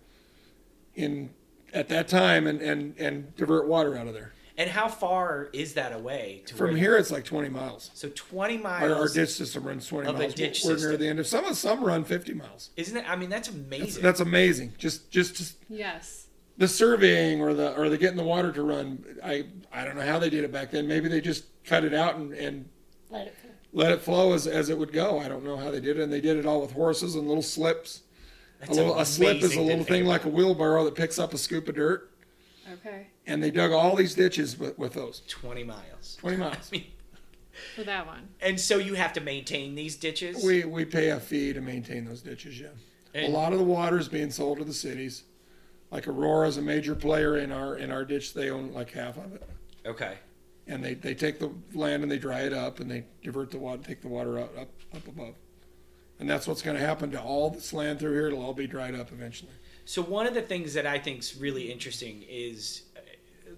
in at that time and, and, and divert water out of there. And how far is that away? To From where- here it's like twenty miles. So 20 Our, our miles. ditch system runs twenty Of a miles. ditch We're near system. the end of some of some run fifty miles. Isn't it? I mean, that's That's, amazing. that's amazing. Just, just just yes. the surveying or the or the getting the water to run. I I don't know how they did it back then. Maybe they just cut it out and, and Let it go. let it flow as, as it would go. I don't know how they did it, and they did it all with horses and little slips. That's A, little, a slip is amazing a to little think thing about. like a wheelbarrow that picks up a scoop of dirt, Okay. and they dug all these ditches with, with those 20 miles. 20 miles. For that one. And so you have to maintain these ditches? We, we pay a fee to maintain those ditches, yeah. a And- lot of the water is being sold to the cities. Like Aurora is a major player in our in our ditch. They own like half of it, okay. and they, they take the land and they dry it up and they divert the water, take the water out up up above, and that's what's going to happen to all this land through here. It'll all be dried up eventually. So one of the things that I think is really interesting is uh,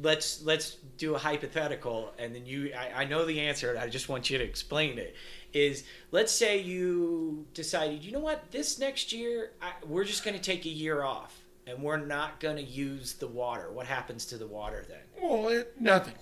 let's let's do a hypothetical, and then you. I, I know the answer. and I just want you to explain it. Is let's say you decided, you know what, this next year I, we're just going to take a year off, and we're not going to use the water. What happens to the water then? Well, it, nothing.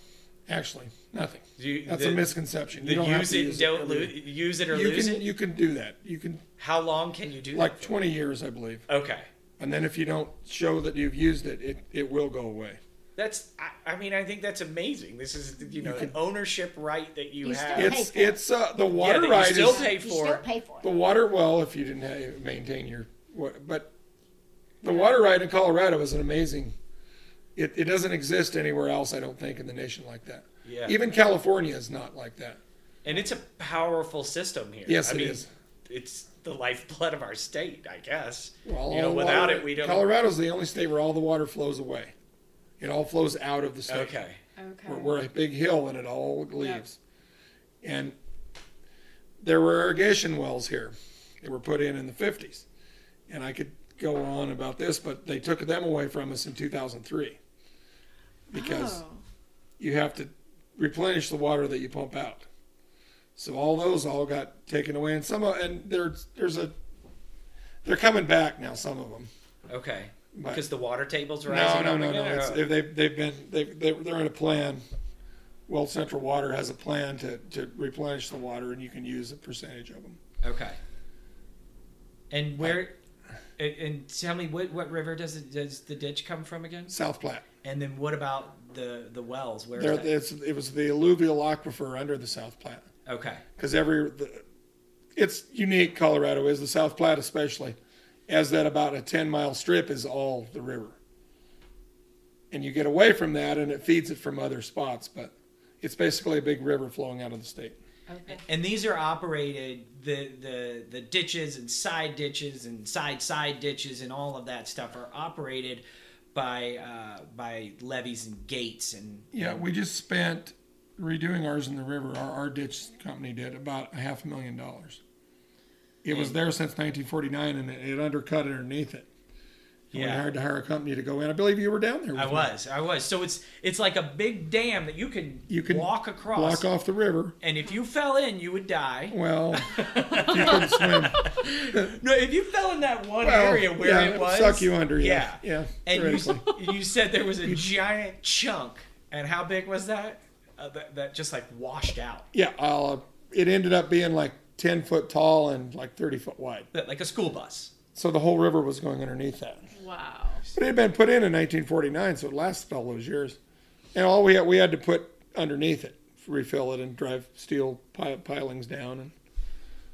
Actually, nothing. You- That's the, a misconception. The you don't have use to it, use don't it. lose, use it or You lose can it. you can do that. You can How long can you do like that? 20 years, I believe. Okay, And then if you don't show that you've used it, it, it will go away. that's. I, I mean, I think that's amazing. This is you know can- an ownership right that you, You have. still It's it's uh, the yeah, water that right you still is pay You still for. pay for the it. water well if you didn't ha maintain your wa- but the water right in Colorado is an amazing. It it doesn't exist anywhere else, I don't think, in the nation like that. Yeah. Even California is not like that. And it's a powerful system here. Yes, I it mean, is. It's the lifeblood of our state, I guess. Well, you know, all without water- it, we don't. Colorado's the only state where all the water flows away. It all flows out of the state. Okay. Okay. We're, we're a big hill and it all leaves. And there were irrigation wells here that were put in in the 50s. And I could go on about this, but they took them away from us in 2003 because Oh. you have to replenish the water that you pump out. So all those all got taken away, and some of, and there's there's a they're coming back now. Some of them. Okay. But- Because the water table's No, rising. no, up no, no. again, It's, or- if they've they've been they've, they they're in a plan. Well, Central Water has a plan to, to replenish the water, and you can use a percentage of them. Okay. And where? And, and tell me what what river does it does the ditch come from again? South Platte. And then what about the the wells? Where? is There, that? it's, it was the alluvial aquifer under the South Platte Okay. because every the, it's unique. Colorado is the South Platte, especially, as that about a ten mile strip is all the river. And you get away from that, and it feeds it from other spots, but it's basically a big river flowing out of the state. Okay. And these are operated the the the ditches and side ditches and side side ditches and all of that stuff are operated by uh, by levees and gates and Yeah, we just spent redoing ours in the river. Our, our ditch company did about a half a million dollars. It was there since 1949, and it, it undercut underneath it. And Yeah. We hired to hire a company to go in. I believe you were down there. With I me. was I was so it's it's like a big dam that you can You can walk across Block off the river. and if you fell in you would die. Well, if you couldn't swim. No, if you fell in that one Well, area where yeah, it it'd was suck you under. Yeah, yeah. And you, theoretically. you said there was a giant chunk and how big was that? Uh, that that just like washed out. yeah, uh, it ended up being like 10 foot tall and like 30 foot wide. That- Like a school bus. So the whole river was going underneath that. Wow. But it had been put in in 1949, so it lasted all those years. And all we had, we had to put underneath it, refill it, and drive steel pi- pilings down. And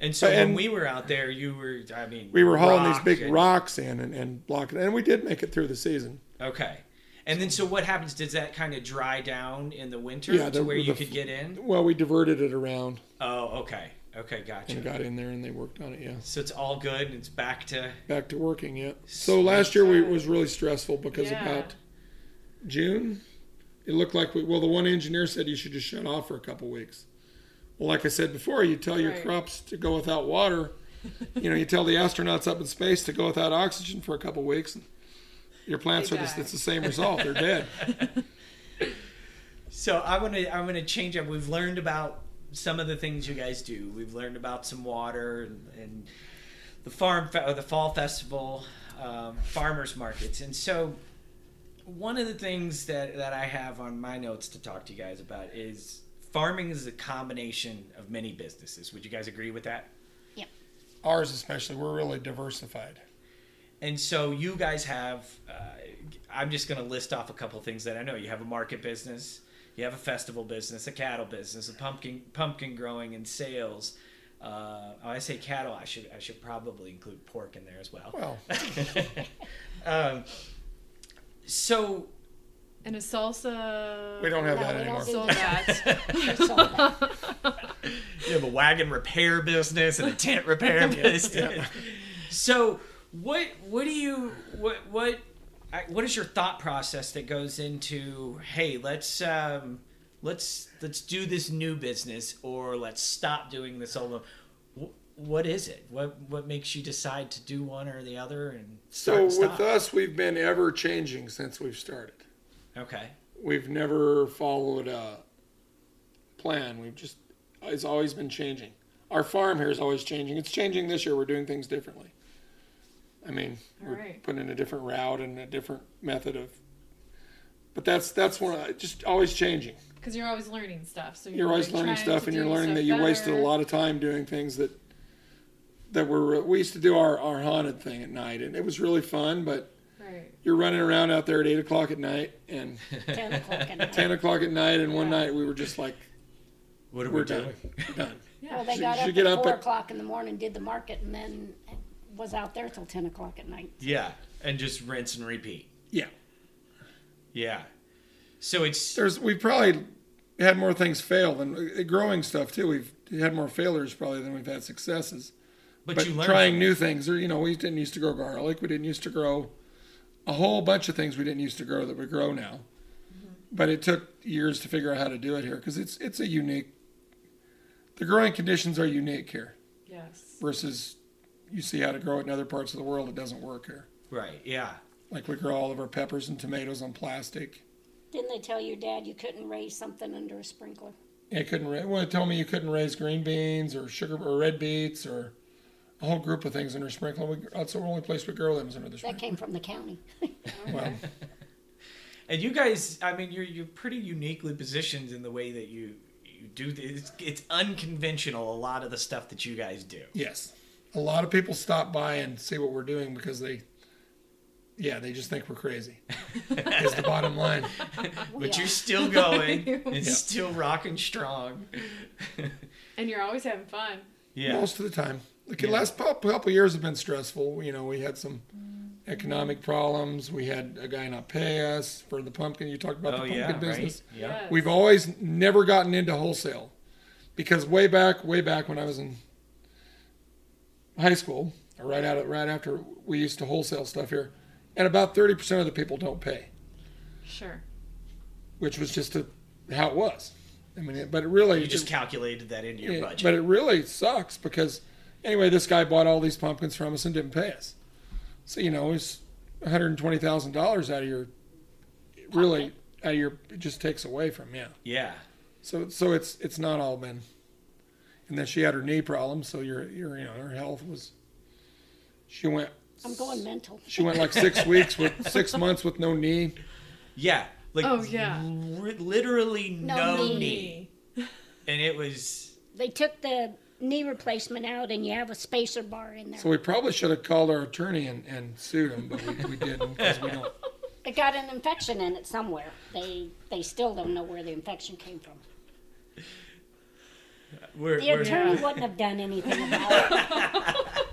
And so But- when and- we were out there, you were, I mean, we were hauling rock these big and- rocks in and, and blocking. And we did make it through the season. Okay. And then so what happens? Does that kind of dry down in the winter Yeah, to the- where you the- could get in? Well, we diverted it around Oh, okay. Okay, gotcha. and got in there, and they worked on it. Yeah, So it's all good and it's back to, back to working. Yeah. So last year we, it was really stressful because Yeah. about June, it looked like we. Well, the one engineer said you should just shut off for a couple weeks. Well, like I said before, you tell your Right. crops to go without water. you know, you tell the astronauts up in space to go without oxygen for a couple weeks, and your plants They are. The, die. it's the same result. They're dead. so I want to, I want to change up. We've learned about some of the things you guys do. We've learned about some water and, and the farm, fe- or the fall festival, um, farmers markets. And so one of the things that, that I have on my notes to talk to you guys about is farming is a combination of many businesses. Would you guys agree with that? Ours especially. We're really diversified. And so you guys have, uh, I'm just going to list off a couple things that I know. You have a market business, you have a festival business, a cattle business, a pumpkin pumpkin growing and sales. Uh, oh, I say cattle. I should I should probably include pork in there as well. Well, um, so And a salsa. we don't have No, that we don't anymore. do you have a wagon repair business and a tent repair business. So what what do you what what I- what is your thought process that goes into hey let's um let's let's do this new business or let's stop doing this old one. Wh- What is it? What what makes you decide to do one or the other and start So and stop? with us, we've been ever changing since we've started. okay we've never followed a plan. We've just it's always been changing. Our farm here is always changing. It's changing this year. We're doing things differently. I mean, we're Alright. putting in a different route and a different method of. But that's that's one of- just always changing. Because you're always learning stuff. So You're always like, learning trying stuff, to and you're do learning stuff that you wasted a better. lot of time doing things that that were we used to do our our haunted thing at night, and it was really fun. But Right. you're running around out there at eight o'clock at night and 10 o'clock at night. ten o'clock at night, and one night we were just like, What are we're we done, doing? done. Well, they She- got she up get at up 4 at- o'clock in the morning, did the market, and then was out there till 10 o'clock at night. Yeah, and just rinse and repeat. Yeah, Yeah. So it's there's we probably had more things fail than uh, growing stuff too. We've had more failures probably than we've had successes. but, but you learn trying new things. Or you know, we didn't used to grow garlic. We didn't used to grow a whole bunch of things we didn't used to grow that we grow now. But it took years to figure out how to do it here because it's it's a unique. The growing conditions are unique here Yes. versus you see how to grow it in other parts of the world. It doesn't work here. right. Yeah. Like we grow all of our peppers and tomatoes on plastic. Didn't they tell your dad you couldn't raise something under a sprinkler? It couldn't. Ra- well, it told me you couldn't raise green beans or sugar or red beets or a whole group of things under sprinkler. We, that's the only place we grow them is under the That sprinkler. came from the county. Well, And you guys, I mean, you're you're pretty uniquely positioned in the way that you you do. th- It's, it's unconventional. A lot of the stuff that you guys do. Yes. A lot of people stop by and see what we're doing because they, yeah, they just think we're crazy. is the bottom line. But Yeah. you're still going and Yeah. still rocking strong. And you're always having fun. yeah. Most of the time. The Yeah. last pop- couple years have been stressful. You know, we had some economic problems. We had a guy not pay us for the pumpkin. You talked about Oh the pumpkin yeah. business. Right. Yeah. Yes. We've always never gotten into wholesale because way back, way back when I was in high school, or right out of, right after we used to wholesale stuff here, and about thirty percent of the people don't pay. Sure. which was just a, how it was. I mean, it- but it really You just it- calculated that into your it- budget. But it really sucks because anyway, this guy bought all these pumpkins from us and didn't pay us. So you know, it's one hundred and twenty thousand dollars out of your really out of your it just takes away from yeah. yeah. So so it's it's not all been. And then she had her knee problem, so your your you know her health was. She went. I'm going mental. She went like six weeks with six months with no knee. Yeah. Like Oh, yeah. li- literally No no, knee. knee. And it was They took the knee replacement out, and you have a spacer bar in there. So we probably should have called our attorney and, and sued him, but we, we didn't because we don't. It got an infection in it somewhere. They they still don't know where the infection came from. we're, The we're attorney wouldn't have done anything about it.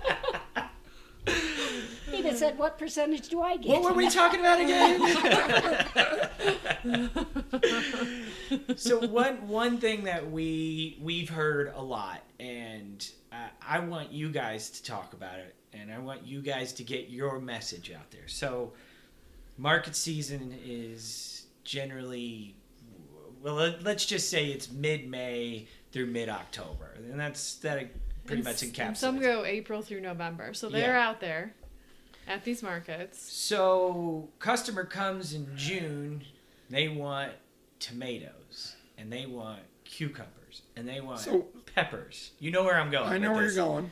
He'd have said, "What percentage do I get?" What were we talking about again? so one one thing that we we've heard a lot, and uh, I want you guys to talk about it, and I want you guys to get your message out there. So market season is generally well, let- let's just say it's mid May through mid October, and that's that pretty much And s- encapsulates. and Some go April through November. So they're Yeah. out there at these markets. So customer comes in June, they want tomatoes and they want cucumbers and they want So- peppers. You know where I'm going. I know with where you're this. going.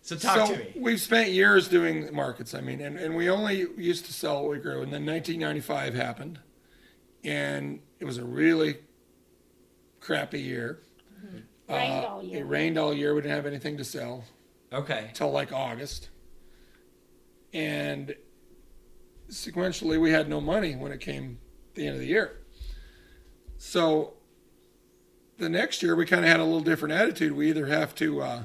So talk so to me. we've spent years doing markets. I mean, and, and we only used to sell what we grew, and then 1995 happened, and it was a really crappy year. Rained Uh, all It year. rained all year. We didn't have anything to sell Okay. till like August, and sequentially we had no money when it came the end of the year. So the next year we kind of had a little different attitude. We either have to uh,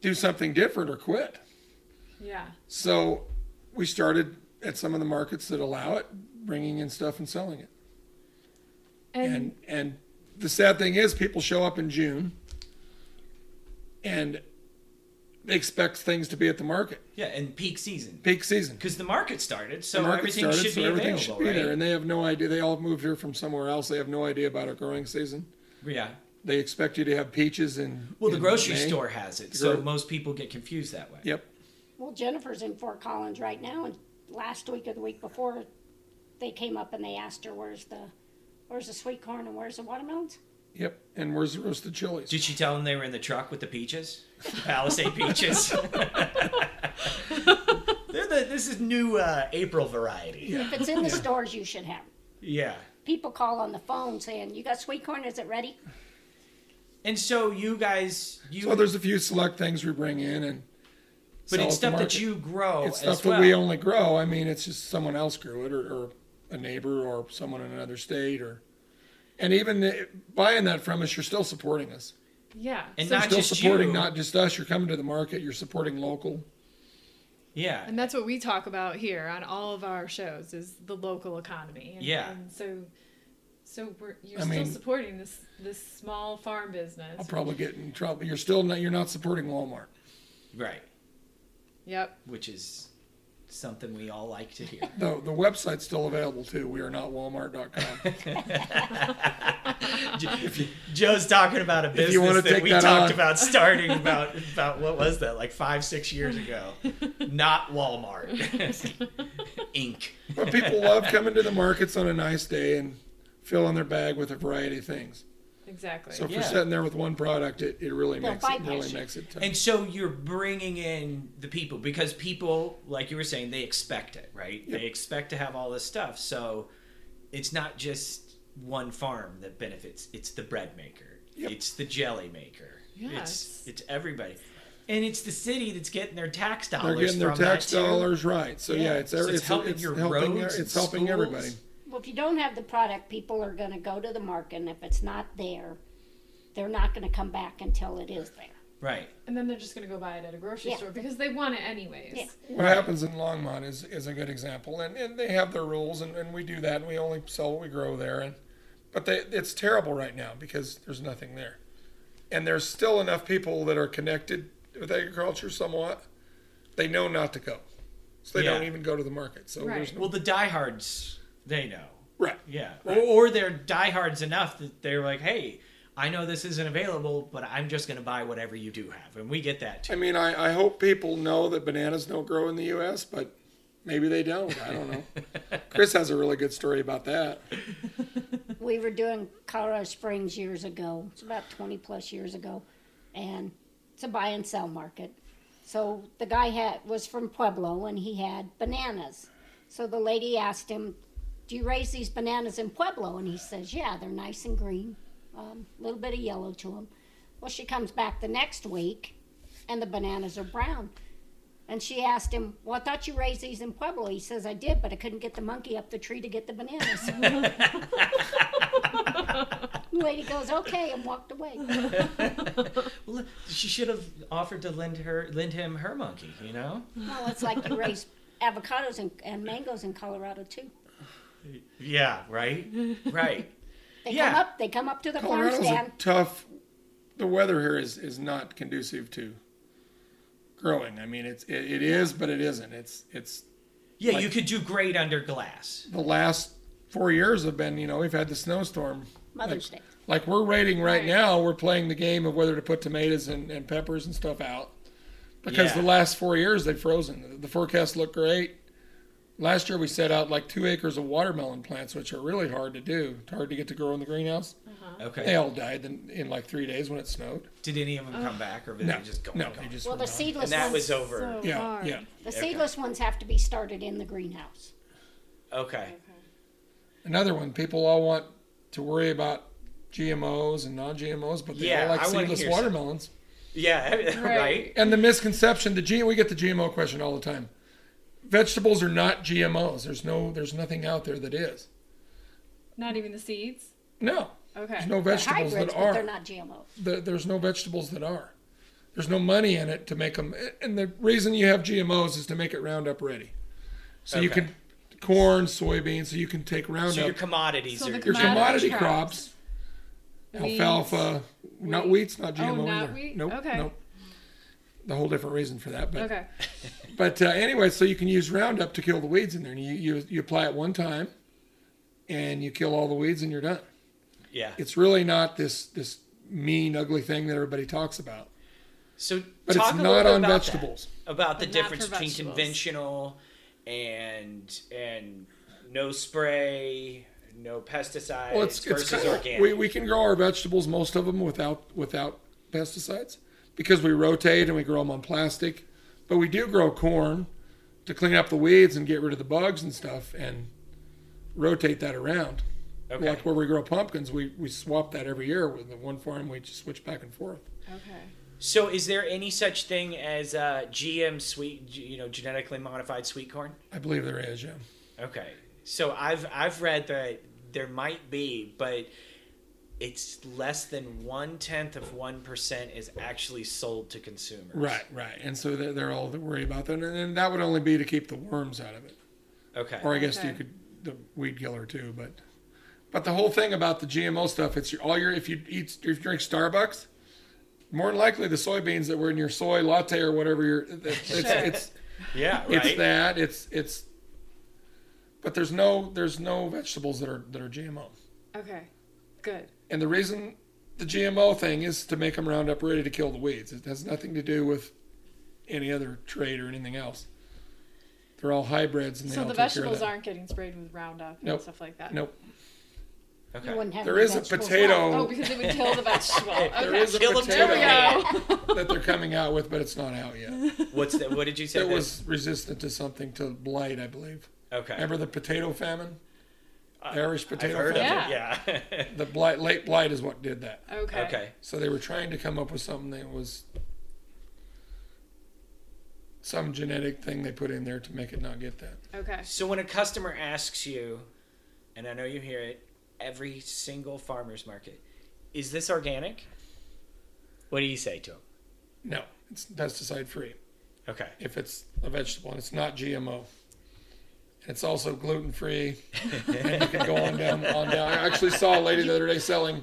do something different or quit. Yeah. So we started at some of the markets that allow it, bringing in stuff and selling it. And, And and the sad thing is, people show up in June, and they expect things to be at the market Yeah, and peak season. peak season. Because the market started, so The market everything started, should so be everything available, should be right? there, and they have no idea. They all moved here from somewhere else. They have no idea about our growing season. yeah. They expect you to have peaches in Well, the in grocery May. store has it, The so gro- most people get confused that way. Yep. Well, Jennifer's in Fort Collins right now, and last week or the week before, they came up and they asked her, "Where's the, where's the sweet corn and where's the watermelons?" Yep. And where's the roasted chilies? Did she tell them they were in the truck with the peaches? The Palisade peaches. They're the, this is new uh, April variety. If it's in the stores, you should have. 'em. Yeah. People call on the phone saying, "You got sweet corn? Is it ready?" And so you guys, you So there's a few select things we bring in, and but sell at the it's stuff that market. you grow It's Oh, as stuff well. that we only grow. I mean, it's just someone else grew it, or, or a neighbor, or someone in another state, or and even uh, buying that from us, you're still supporting us. Yeah. And so- not Still just supporting you. not just us. You're coming to the market. You're supporting local. yeah. and that's what we talk about here on all of our shows is the local economy. And, Yeah. And so, so we're you're I still mean- supporting this this small farm business. I'll probably get in trouble. You're still not. You're not supporting Walmart. Right. Yep. Which is something we all like to hear. The the website's still available too. We are not Walmart.com. If you- Joe's talking about a you wanna business that take we that talked on. about starting about about what was that like five six years ago? Not Walmart, Inc. but people love coming to the markets on a nice day and filling their bag with a variety of things. Exactly. So if Yeah. you're sitting there with one product, it, it really They'll makes it bypass really you. makes it tough. And so you're bringing in the people because people, like you were saying, they expect it, right? They expect to have all this stuff. So it's not just one farm that benefits. It's the bread maker. Yep. It's the jelly maker. Yes. It's it's everybody. And it's the city that's getting their tax dollars. they're getting their from that, tax too. dollars right. So yeah, it's, So it's every- it's helping it's your helping e- roads it's and helping everybody. schools. Well, if you don't have the product, people are going to go to the market, and if it's not there, they're not going to come back until it is there. Right. and then they're just gonna go buy it at a grocery Yeah. store because they want it anyways. Yeah. What happens in Longmont is, is a good example, and, and they have their rules, and, and we do that, and we only sell what we grow there, and but they, it's terrible right now because there's nothing there, and there's still enough people that are connected with agriculture somewhat, they know not to go, so they Yeah. don't even go to the market. So there's Right. no Well, the diehards, they know. right. Yeah. Right. Or, or they're diehards enough that they're like, hey, I know this isn't available, but I'm just going to buy whatever you do have. And we get that too. I mean, I, I hope people know that bananas don't grow in the U.S., but maybe they don't. I don't know. Chris has a really good story about that. we were doing Colorado Springs years ago. It's about 20 plus years ago, and it's a buy and sell market. So the guy had was from Pueblo and he had bananas. So the lady asked him, "Do you raise these bananas in Pueblo?" And he says, "Yeah, they're nice and green, a little bit of yellow to them." Well, she comes back the next week, and the bananas are brown. And she asked him, "Well, I thought you raised these in Pueblo." He says, "I did, but I couldn't get the monkey up the tree to get the bananas." The lady goes, okay, and walked away. Well, she should have offered to lend her lend him her monkey, you know? Well, it's like you raise avocados and, and mangoes in Colorado too. Yeah, right? Right. They come Yeah. up, they come up to the farm Colorado's a stand. tough. The weather here is is not conducive to growing. I mean, it's it, it is, but it isn't. It's it's Yeah, you could do great under glass. the last four years have been. You know, we've had the snowstorm. Mother's Day. Like we're rating right, Right. now. We're playing the game of whether to put tomatoes and, and peppers and stuff out because Yeah. the last four years they've frozen. The, the forecast looked great. Last year we set out like two acres of watermelon plants, which are really hard to do. It's hard to get to grow in the greenhouse. They Okay. all died in, in like three days when it snowed. Did any of them come back or were No, they just gone? no, Gone? they just Well, were the gone. seedless and that ones, was over. So Yeah, hard. yeah. the seedless ones have to be started in the greenhouse. Okay. Another one. People all want to worry about GMOs and non-GMOs, but they Yeah, all like I wanna seedless hear some- watermelons. Yeah, right. Right. And the misconception, the G, we get the GMO question all the time. Vegetables are not GMOs. There's no, there's nothing out there that is. Not even the seeds. No, Okay. there's no They're vegetables hybrids, that but are. they're not GMO. There- There's no vegetables that are. There's no money in it to make them. And the reason you have GMOs is to make it Roundup ready. So you Okay. can corn, soybeans. So you can take Roundup. So your commodities So are the your Commodity commodity crops. crops, Wheat. alfalfa, not wheats, not GMO not either. wheat? Nope, Okay. nope. The whole different reason for that, but Okay. But uh, anyway, so you can use Roundup to kill the weeds in there, and you, you you apply it one time, and you kill all the weeds, and you're done. Yeah. It's really not this this mean, ugly thing that everybody talks about. So But talk it's a not little on bit about that. vegetables. about the But not for difference between vegetables. conventional and and no spray, no pesticides Well, it's, it's versus kind organic. we, we can grow our vegetables, most of them, without without pesticides because we rotate and we grow them on plastic. But we do grow corn to clean up the weeds and get rid of the bugs and stuff and rotate that around. Okay. Like where we grow pumpkins, we, we swap that every year. With the one farm, we just switch back and forth. Okay. So, is there any such thing as uh, GM sweet, you know, genetically modified sweet corn? I believe there is, yeah. Okay. So I've I've read that there might be, but it's less than one tenth of one percent is actually sold to consumers. Right, right. And so they're, they're all worried about that. And, and that would only be to keep the worms out of it. Okay. Or I guess Okay. you could the weed killer too, but but the whole thing about the GMO stuff, it's your, all your if you eat if you drink Starbucks, more than likely the soybeans that were in your soy latte or whatever your it's it's, it's, yeah. Right. it's that it's it's but there's no there's no vegetables that are that are GMO. Okay. Good. And the reason the GMO thing is to make them round up ready to kill the weeds. It has nothing to do with any other trait or anything else. They're all hybrids and they So all the take care of vegetables that. aren't getting sprayed with Roundup Nope. and stuff like that. Nope. okay. You wouldn't have There any is a vegetables potato- left. Oh, because it would kill the vegetable. Okay. There is a Kill them potato. there we go. that they're coming out with, but it's not out yet. What's that? What did you say? It that- was resistant to something to blight, I believe. okay. Remember the potato famine? Irish I've potato heard famine. Yeah. of it. Yeah. The blight, late blight, is what did that. Okay. okay. So they were trying to come up with something that was some genetic thing they put in there to make it not get that. Okay. So when a customer asks you, and I know you hear it every single farmers market, is this organic? What do you say to them? No, it's pesticide free. Okay. If it's a vegetable and it's not GMO. It's also gluten free, and you can go on down, on down. I actually saw a lady the other day selling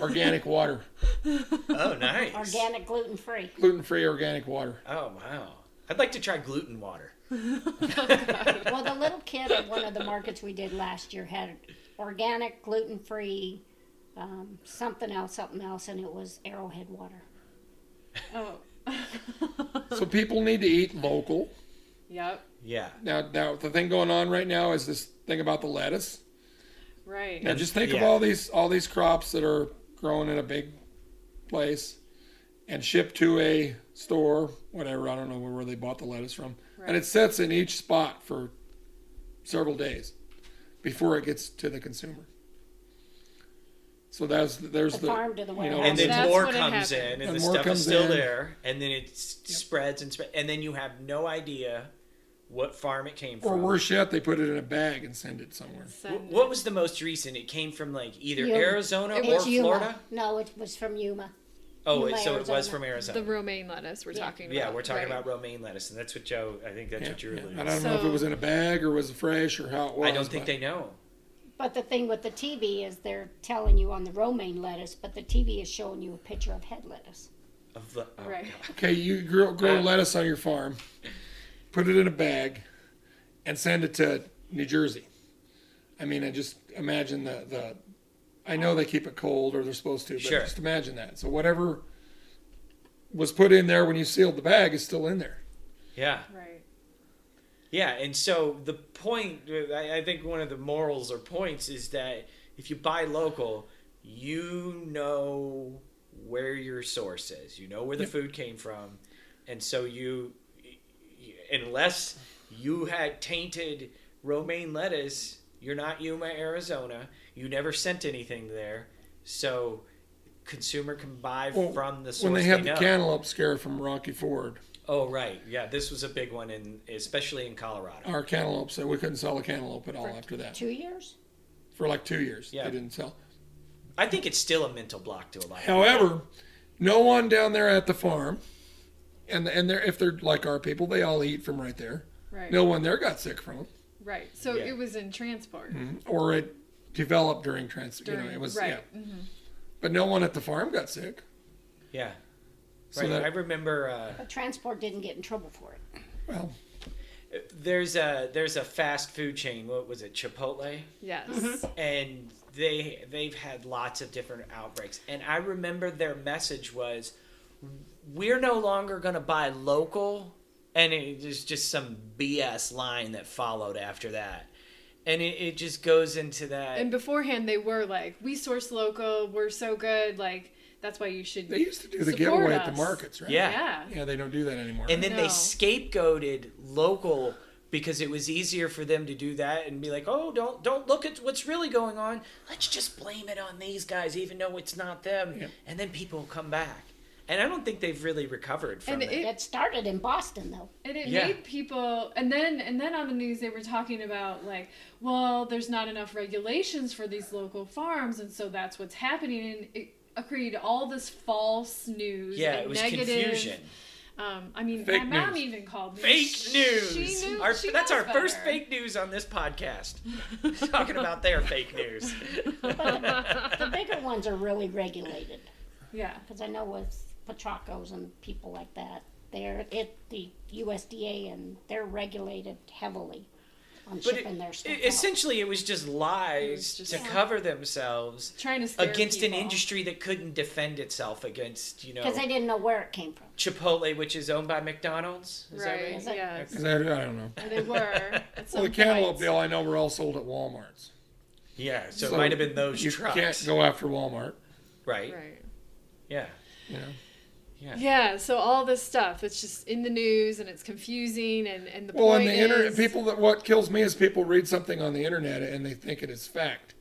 organic water. Oh, nice. Organic, gluten free. gluten free organic water. Oh wow! I'd like to try gluten water. Well, the little kid at one of the markets we did last year had organic, gluten free, um, something else, something else, and it was arrowhead water. Oh. So people need to eat local. Yep. Yeah. Oh, Now, now the thing going on right now is this thing about the lettuce. Right. Now, just think of Yeah. all these all these crops that are grown in a big place and shipped to a store, whatever. I don't know where they bought the lettuce from, and Right. it sits in each spot for several days before it gets to the consumer. So that's there's The the farm to the you know, warehouse. And then That's more what it comes happened. in, and, And the more stuff is comes still in. there, and then it s spreads and spreads, and then you have no idea what farm it came or from. worse yet, they put it in a bag and send it somewhere. Wh- Send What was the most recent? It came from like either Yuma. Arizona or It's Yuma. Florida. No, it was from Yuma. Oh, Yuma, it- so it was Arizona. from Arizona. the romaine lettuce we're Yeah. talking about. yeah, we're talking right. about romaine lettuce, and that's what Joe. I think that's Yeah, what you're yeah. alluding. I to. don't know if it So- was in a bag or was it fresh or how it was. I don't think but they know. But the thing with the TV is they're telling you on the romaine lettuce, but the TV is showing you a picture of head lettuce. Of the, oh, Right. God. Okay, you grow, Uh, grow lettuce on your farm, put it in a bag, and send it to New Jersey. I mean, I just imagine the the. I know they keep it cold or they're supposed to, but Sure. just imagine that. So whatever was put in there when you sealed the bag is still in there. Yeah. Right. Yeah, and so the point, I I think one of the morals or points is that if you buy local, you know where your source is, you know where the food came from, and so you, unless you had tainted romaine lettuce, you're not Yuma, Arizona. You never sent anything there, so consumer can buy Well, from the source when they had the know. cantaloupe scare from Rocky Ford, oh, right, yeah, this was a big one in especially in Colorado. our cantaloupe said we couldn't sell a cantaloupe at all after that Two years? for like two years. Yeah. They didn't sell. I think it's still a mental block to a lot. of people. However, no one down there at the farm, and and they're if they're like our people, they all eat from right there. Right. No one there got sick from Right. So Yeah. it was in transport. them, or it developed during trans. you know, During- Mm, it was right. yeah. But no one at the farm got sick. yeah, So right. that- I remember uh, But transport didn't get in trouble for it. Well, there's a there's a fast food chain. What was it, Chipotle? Yes. Mm-hmm. And they they've had lots of different outbreaks. And I remember their message was, "We're no longer going to buy local." And it was just some BS line that followed after that. and it, it just goes into that. And beforehand, they were like, "We source local. We're so good. Like that's why you should." They used to do the Support giveaway at us. the markets, right? Yeah. yeah. Yeah, they don't do that anymore. And then they No. scapegoated local because it was easier for them to do that and be like, "Oh, don't don't look at what's really going on. Let's just blame it on these guys, even though it's not them." Yeah. And then people come back, and I don't think they've really recovered from And it. it- It started in Boston, though. And it Yeah. made people, and then and then on the news they were talking about like, well, there's not enough regulations for these local farms, and so that's what's happening. And it created all this false news. yeah, and it was negative, confusion. Um, I mean, Fake my mom news. even called me. Fake news. She knew, Our- she that's knows our first better. fake news on this podcast. Talking about their fake news. The bigger ones are really regulated Yeah. because I know with Pachacos and people like that, they're it the USDA and they're regulated heavily on But shipping it- their stuff. it- out. E, essentially, it was just lies just- to Yeah. cover themselves Trying to scare against an people. industry that couldn't defend itself against, you know, because they didn't know where it came from. Chipotle, which is owned by McDonald's. Is Right. Is that- Yes. 'Cause I, I don't know. Or they were. at some Well, the cantaloupe points. bill I know were all sold at Walmart's. That, yeah. So, So it might have been those You trucks. can't go after Walmart. right. Right. Yeah. You know. Yeah. So all this stuff, it's just in the news, and it's confusing, and and the Well, on point the internet, is- people that what kills me is people read something on the internet and they think it is fact.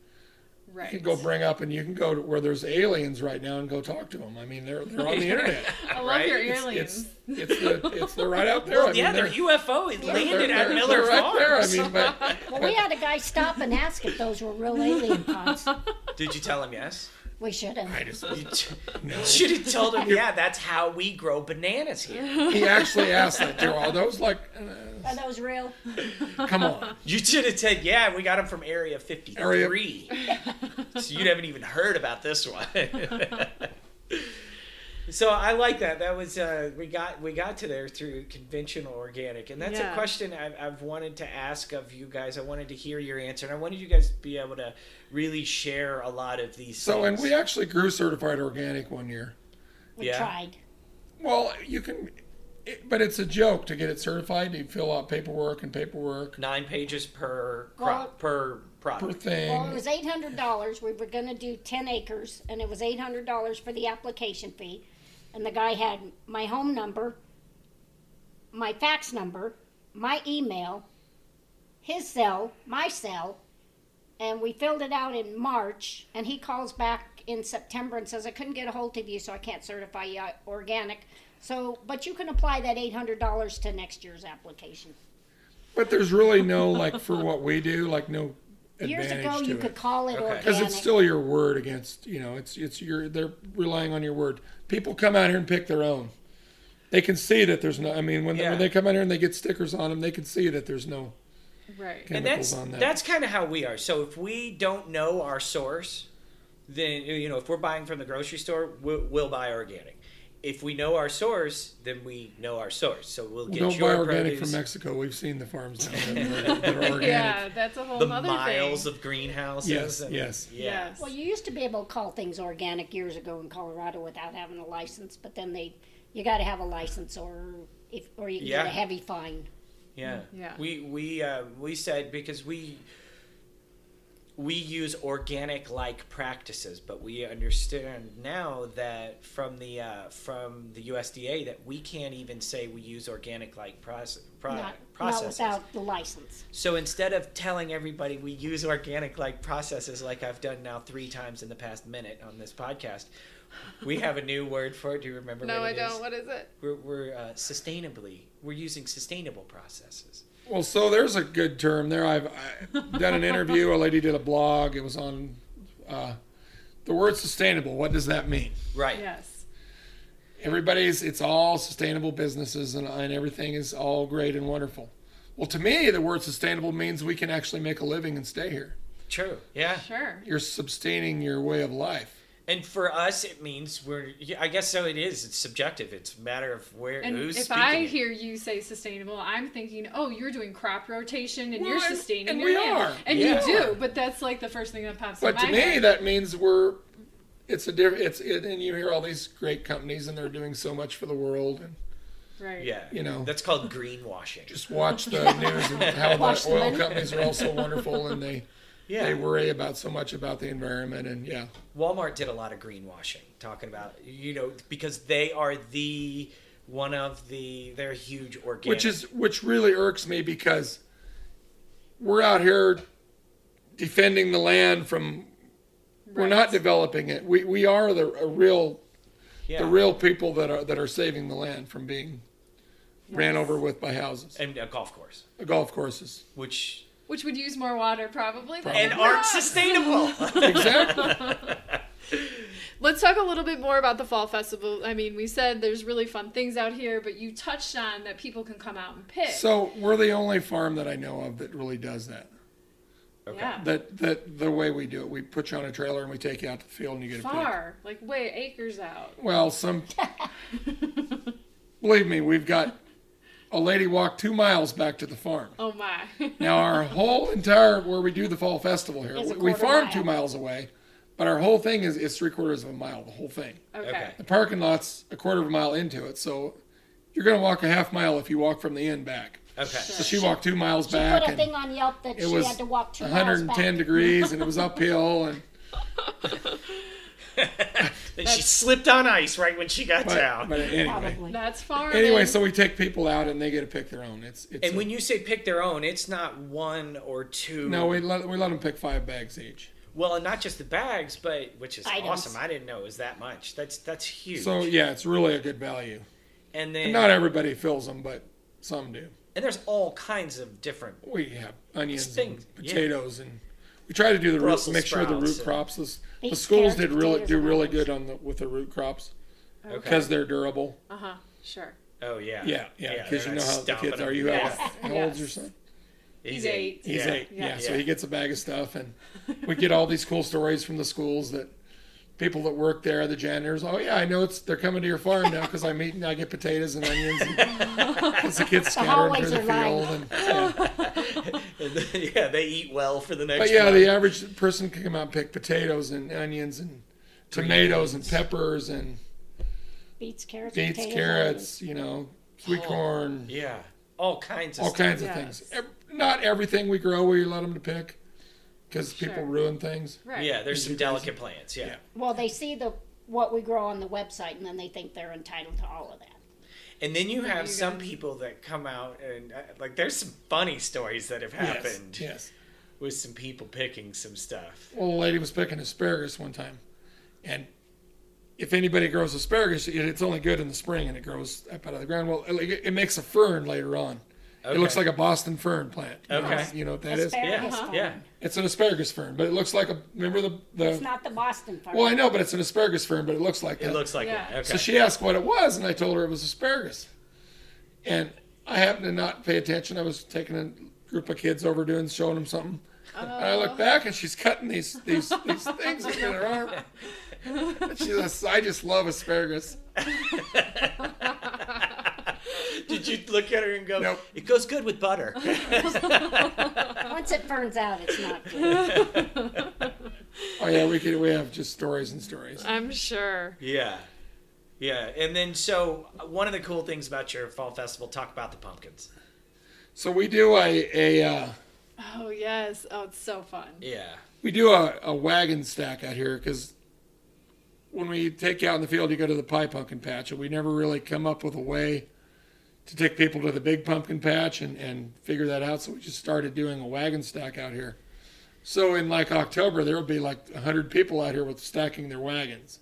Right. You can go bring up and you can go to where there's aliens right now and go talk to them. I mean, they're they're on the internet. I love Right? your It's- aliens. It's it's the, it's they're right out there. Well, I mean, yeah, their they're, UFO is they're- landed they're- at they're Miller right there. I Farms. mean, but Well, we had a guy stop and ask if those were real alien pods. Did you tell him yes? We should have. I just no. Should have told him, yeah, that's how we grow bananas here. He actually asked that. There are those like, Are those real? uh, come on. You should have said, yeah, we got them from Area 53. so you haven't even heard about this one. so I like that. That was uh, we got we got to there through conventional organic, and that's a Yeah. question I've, I've wanted to ask of you guys. I wanted to hear your answer, and I wanted you guys to be able to really share a lot of these. So, and things. we actually grew certified organic one year. We Yeah. tried. Well, you can, it, but it's a joke to get it certified. You fill out paperwork and paperwork nine pages per Well- crop per per product. thing. Well, it was eight hundred dollars. We were gonna do ten acres, and it was eight hundred dollars for the application fee. And the guy had my home number, my fax number, my email, his cell, my cell, and we filled it out in March. And he calls back in September and says, "I couldn't get a hold of you, so I can't certify you uh, organic." So, but you can apply that eight hundred dollars to next year's application. But there's really no like for what we do, like no Years advantage ago, to you it. could call it Okay. organic. because it's still your word against you know it's it's your they're relying on your word people come out here and pick their own they can see that there's no i mean when, they, Yeah. when they come out here and they get stickers on them they can see that there's no Right. and chemicals that's on that that's kind of how we are. So if we don't know our source, then you know if we're buying from the grocery store, we'll, we'll buy organic. If we know our source, then we know our source. So we'll We get don't your buy organic produce, from mexico we've seen the farms down there that are- that are organic Yeah, that's a whole the other miles thing. of greenhouses. yes and- yes Yeah. Yes. Well, you used to be able to call things organic years ago in Colorado without having a license, but then they, you got to have a license or if or you can get Yeah. a heavy fine. Yeah. Yeah. We we uh, we said because we we use organic like practices, but we understand now that from the uh, from the USDA that we can't even say we use organic like process Not, not processes. without the license. So instead of telling everybody we use organic like processes, like I've done now three times in the past minute on this podcast, we have a new word for it. Do you remember? no, what I it don't. is? What is it? We're, we're uh, sustainably. We're using sustainable processes. well so there's a good term there i've I done an interview a lady did a blog it was on uh, the word sustainable what does that mean Right. Yes. everybody's it's all sustainable businesses and, and everything is all great and wonderful well to me the word sustainable means we can actually make a living and stay here True. Yeah. Sure. you're sustaining your way of life And for us, it means we're. yeah, I guess so. It is. It's subjective. It's a matter of where And who's if speaking. I it. hear you say sustainable, I'm thinking, oh, you're doing crop rotation and you're Well, and- sustaining and your we land. are. And Yeah. you do, but that's like the first thing that pops in but my to me head. that means we're it's a different it's it, and you hear all these great companies and they're doing so much for the world and Right. Yeah. You know. That's called greenwashing. Just watch the news and how Watch the the oil money. companies are all so wonderful and they yeah. they worry about so much about the environment and yeah. Walmart did a lot of greenwashing, talking about you know because they are the one of the they're huge organic. which is which really irks me because we're out here defending the land from we're not developing it we we are the a real yeah. the real people that are that are saving the land from being ran Yes. over with by houses uh, and a golf course, golf courses which Which would use more water probably. than and it aren't does. sustainable. exactly Let's talk a little bit more about the fall festival. I mean, we said there's really fun things out here, but you touched on that people can come out and pick. so we're the only farm that i know of that really does that Yeah. that that the way we do it we put you on a trailer and we take you out to the field and you get a pick Far, like way acres out. Well, some. believe me, we've got a lady walked two miles back to the farm. Oh my. Now, our whole entire where we do the fall festival here, Is a we- we quarter farm mile. two miles away, but our whole thing is it's three quarters of a mile, the whole thing. Okay. Okay. The parking lot's a quarter of a mile into it, so you're going to walk a half mile if you walk from the end back. Okay. So she walked two miles She back, put a and thing on Yelp that it she was had to walk two miles 110 back. degrees, and it was uphill, and Then she slipped on ice right when she got but, down. but anyway. Probably. That's far. Anyway, so we take people out, and they get to pick their own. It's it's and a- when you say pick their own, it's not one or two. No, we let we let them pick five bags each. well, and not just the bags, but which is Items. awesome. I didn't know it was that much. That's that's huge. So yeah, it's really a good value. and then And not everybody fills them, but some do. and there's all kinds of different We have onions Things, and yeah. potatoes, and we try to do the root, Brussels make sure the sprouts root and- crops. is- The Beets, schools carrots, did really potatoes, do and really onions. good on the with the root crops okay. because they're durable. Uh-huh. Uh huh. Sure. Oh yeah. Yeah, yeah, because they're you know not how the stomping kids them. are. You have Yes, how old's your yes. son? He's eight. He's Yeah. eight. Yeah. Yeah. so Yeah. he gets a bag of stuff, and we get all these cool stories from the schools that people that work there, the janitors. Oh yeah, I know it's they're coming to your farm now because I'm eating. I get potatoes and onions. And, 'cause the kids scattering hallways through the are lined. field. And, yeah. yeah, they eat well for the next. But yeah, month. the average person can come out and pick potatoes and onions and tomatoes and peppers and Beets, carrots, beets, potatoes, carrots. You know, sweet Oh. corn, yeah, all kinds of all stuff. kinds of Yes. things. Ev- Not everything we grow we let them to pick because people Sure. ruin things. Right. Yeah, there's some delicate plants. Yeah. Yeah. Well, they see the what we grow on the website, and then they think they're entitled to all of that. and then you have you some gonna- people that come out and uh, like there's some funny stories that have Yes, happened yes. with some people picking some stuff. Well, a lady was picking asparagus one time, and if anybody grows asparagus, it- it's only good in the spring and it grows up out of the ground. Well, it, it makes a fern later on. It looks like a Boston fern plant. You know, Okay. it's- you know what that is? Asparagus Yeah, farm. yeah. It's an asparagus fern, but it looks like a. Remember the It's the. not the Boston farm. Well, I know, but it's an asparagus fern, but it looks like It that. looks like Yeah. it. Okay. So she asked what it was, and I told her it was asparagus. And I happened to not pay attention. I was taking a group of kids over doing, showing them something. And I Oh. look back, and she's cutting these these these things in her arm. And she says, "I just love asparagus." Did you look at her and go, Nope. "It goes good with butter"? Once it burns out, it's not good. Oh yeah, we could we have just stories and stories. I'm sure. yeah, yeah. And then so uh, one of the cool things about your fall festival, talk about the pumpkins. So we do a a uh, Oh yes. Oh, it's so fun. Yeah. we do a, a wagon stack out here because when we take you out in the field, you go to the pie pumpkin patch, and we never really come up with a way to take people to the big pumpkin patch and, and figure that out. So we just started doing a wagon stack out here. So in like October, there would be like 100 people out here with stacking their wagons.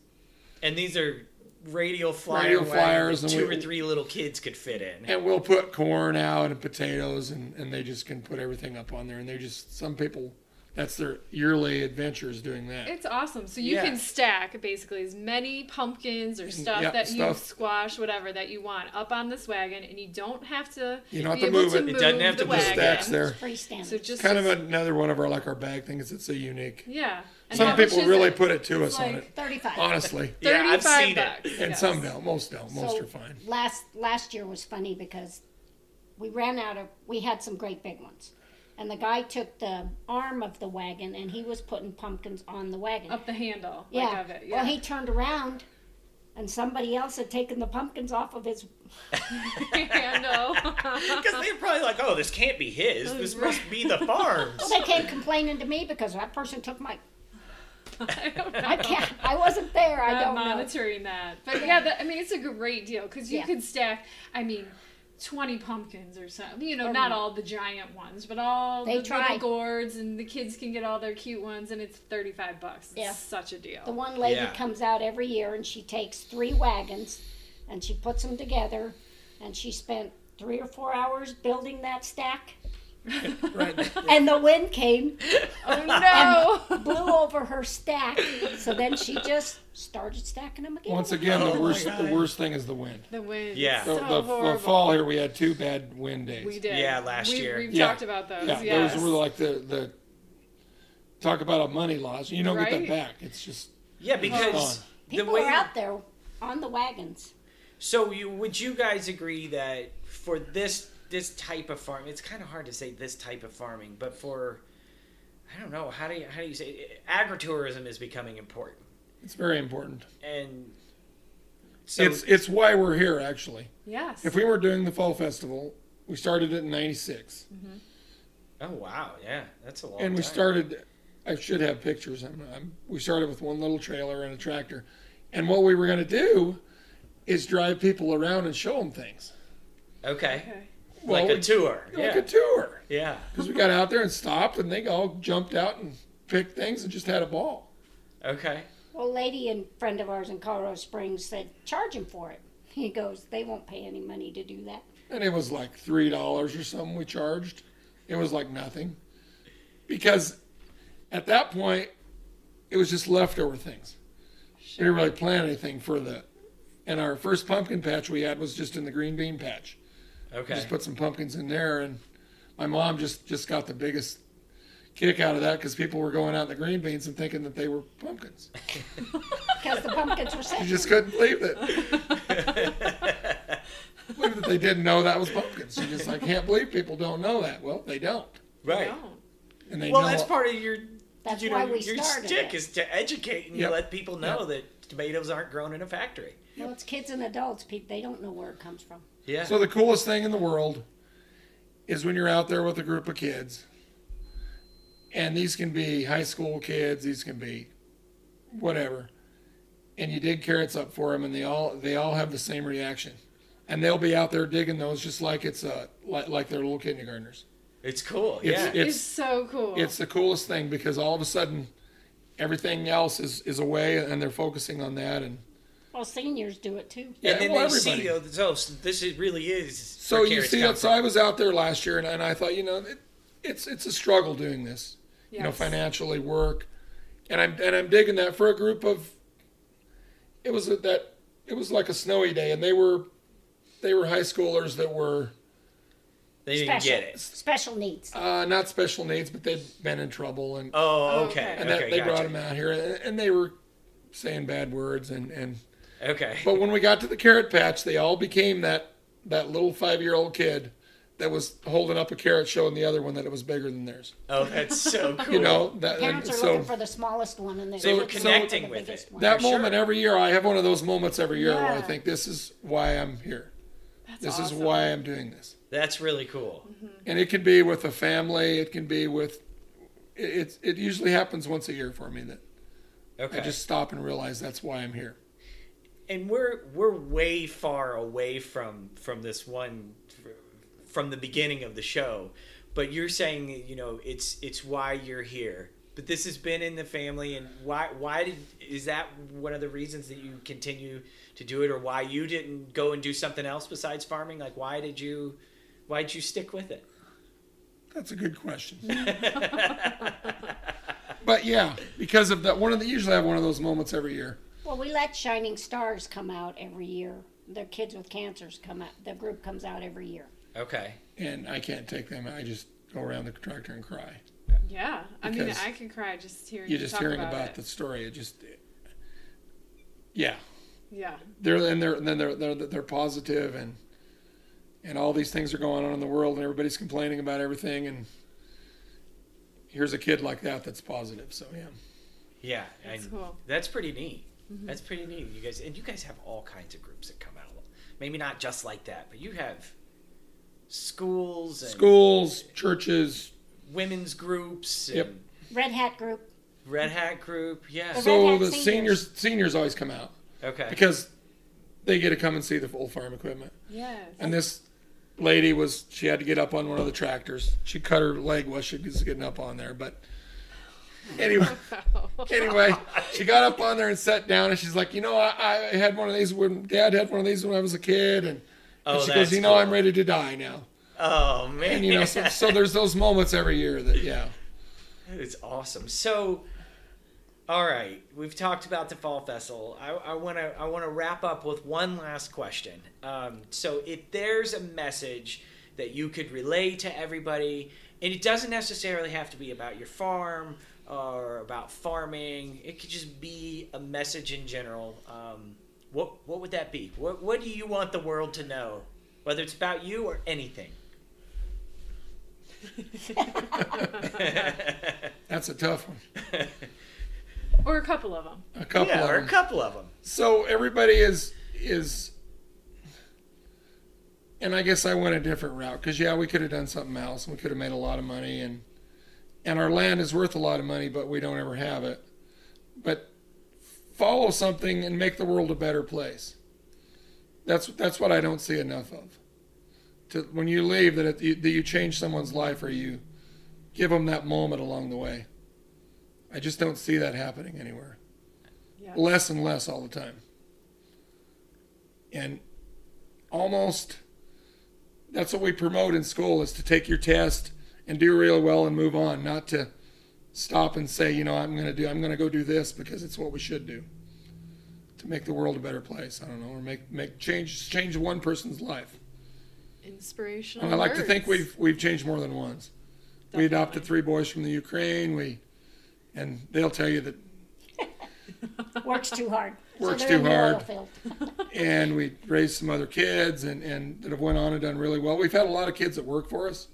And these are radio flyer Radio wagon flyers that and two we- or three little kids could fit in. And we'll put corn out and potatoes, and, and they just can put everything up on there. And they're just, some people, that's their yearly adventure is doing that. It's awesome. So you Yeah. can stack basically as many pumpkins or stuff Mm, yeah, that stuff. you squash, whatever that you want, up on this wagon, and you don't have to. You don't have be to able move it. It doesn't have the to be There's wagon. stacks there. Freestanding. So just Kind of another one of our like our bag things. It's a unique. yeah. And Some how much people is really it? put it to us on like it, 35. honestly. Yeah, I've $35 seen it. bucks. And yes. some don't. Most don't. Most are fine. Last last year was funny because we ran out of we had some great big ones. And the guy took the arm of the wagon and he was putting pumpkins on the wagon. up the handle. yeah. Like of it. Yeah. Well he turned around and somebody else had taken the pumpkins off of his. yeah, no. Because they're probably like, oh, this can't be his. This must be the farm's. Well, they came complaining to me because that person took my. I don't know. I can't. I wasn't there. I not don't know. monitoring that. But yeah, that, I mean, it's a great deal because you Yeah. could stack, I mean, 20 pumpkins or something. You know, Or not more. all the giant ones, but all Oh, They the try. little gourds, and the kids can get all their cute ones, and it's 35 bucks. It's Yeah. such a deal. The one lady Yeah. comes out every year and she takes three wagons and she puts them together and she spent three or four hours building that stack. Right. And the wind came, oh, no! blew over her stack. So then she just started stacking them again. Once again, Oh my the worst the God. worst thing is the wind. the wind. Yeah. So The, the, the horrible. fall here, we had two bad wind days. We did. Yeah, last we, year. We've Yeah. talked about those. yeah, yes. those were like the the talk about a money loss. You don't get that Right? back. It's just Yeah, because Gone. the People way. are out there on the wagons. So you would you guys agree that for this this type of farm, it's kind of hard to say this type of farming, but for I don't know how do you, how do you say it? agritourism is becoming important it's very important. and so it's it's why we're here actually. yes. If we were doing the fall festival, we started it in '96, oh wow yeah that's a long and we time. started. I should have pictures. I'm, I'm, we started with one little trailer and a tractor, and what we were going to do is drive people around and show them things, okay okay. like Well, a tour yeah like a tour. yeah Because we got out there and stopped, and they all jumped out and picked things and just had a ball. okay Well, a lady and friend of ours in Colorado Springs said, charge him for it. He goes, they won't pay any money to do that. and it was like three dollars or something we charged. It was like nothing, because at that point, it was just leftover things. We didn't really plan anything for the, and our first pumpkin patch we had was just in the green bean patch. okay Just put some pumpkins in there, and my mom just just got the biggest kick out of that because people were going out in the green beans and thinking that they were pumpkins. Because the pumpkins were You safe. just couldn't believe that. believe that they didn't know that was pumpkins. You just I can't believe people don't know that. Well, they don't, right No. and they well know. that's part of your That's you know, why we your started stick it. is to educate and Yep. let people know that tomatoes aren't grown in a factory Well, it's kids and adults, Pete. They don't know where it comes from. yeah So the coolest thing in the world is when you're out there with a group of kids, and these can be high school kids, these can be whatever, and you dig carrots up for them, and they all they all have the same reaction, and they'll be out there digging those just like it's a like, like they're little kindergartners. it's cool It's yeah it's It's so cool. it's the coolest thing because all of a sudden everything else is is away and they're focusing on that and Well, seniors do it too. yeah, and then well, they everybody. see though so this is, really is So where you carrots see come that. So I was out there last year, and, and I thought, you know, it, it's it's a struggle doing this, you know, Yes. financially work, and I'm and I'm digging that for a group of. It was a, that it was like a snowy day, and they were, they were high schoolers that were They didn't Special, get it. special needs. uh, not special needs, but they'd been in trouble, and Oh, Oh, okay. okay. and okay, that, they gotcha. brought them out here, and, and they were saying bad words, and and Okay. But when we got to the carrot patch, they all became that that little five year old kid that was holding up a carrot, showing the other one that it was bigger than theirs. Oh, that's so cool. You know that. Parents and are so looking for the smallest one, and they're They were looking for connecting the with biggest it. one. that for sure. moment every year, I have one of those moments every year where I Yeah. think this is why I'm here. That's This awesome. is why I'm doing this. That's really cool. And it can be with a family. It can be with. It, it's it usually happens once a year for me that Okay. I just stop and realize that's why I'm here. and we're we're way far away from from this one from the beginning of the show, but you're saying that, you know it's it's why you're here. But this has been in the family, and why why did is that one of the reasons that you continue to do it, or why you didn't go and do something else besides farming? Like why did you why did you stick with it? That's a good question. but yeah, because of that, one of the usually I have one of those moments every year. Well, we let Shining Stars come out every year. The kids with cancers come out. The group comes out every year. Okay. and I can't take them. I just go around the tractor and cry. Yeah. I mean, Because I can cry just hearing You're you just talk hearing about, about, it. the story. It just, yeah, Yeah. they're and they're and then they're they're they're positive and and all these things are going on in the world and everybody's complaining about everything and here's a kid like that that's positive. So yeah, Yeah, That's and cool. Mm-hmm. That's pretty neat. That's pretty neat, you guys. And you guys have all kinds of groups that come out. Maybe not just like that, but you have schools and Schools, churches, women's groups and Yep. Red Hat Group. red hat group. Yeah. The so Hat the seniors. seniors seniors always come out Okay. because they get to come and see the full farm equipment. Yes. And this lady was she had to get up on one of the tractors. She cut her leg while she was getting up on there, but anyway, anyway, she got up on there and sat down, and she's like, you know, I, I had one of these when Dad had one of these when I was a kid, and, and Oh, she that's goes, you know, I'm cool. ready to die now, Oh man. and you know, so, so there's those moments every year that yeah, It's awesome. So, all right, we've talked about the fall festival. I want to I want to wrap up with one last question. Um, so, if there's a message that you could relay to everybody, and it doesn't necessarily have to be about your farm or about farming, it could just be a message in general. Um, what what would that be? What what do you want the world to know, whether it's about you or anything? that's a tough one, or a couple of them. a couple yeah, of or them. a couple of them. so everybody is is and i guess i went a different route because yeah we could have done something else and we could have made a lot of money and and our land is worth a lot of money but we don't ever have it but follow something and make the world a better place that's that's what i don't see enough of to, when you leave that, it, that you change someone's life or you give them that moment along the way i just don't see that happening anywhere Yeah. less and less all the time. And almost that's what we promote in school is to take your test and do really well and move on, not to stop and say, you know, I'm going to do I'm going to go do this because it's what we should do to make the world a better place. I don't know, or make make change change one person's life. Inspirational. And I like to think words. we've we've changed more than once. We adopted three boys from the Ukraine. We and they'll tell you that Works too hard. Works so they're too in the oil hard. field. and we raised some other kids and, and that have went on and done really well. We've had a lot of kids that work for us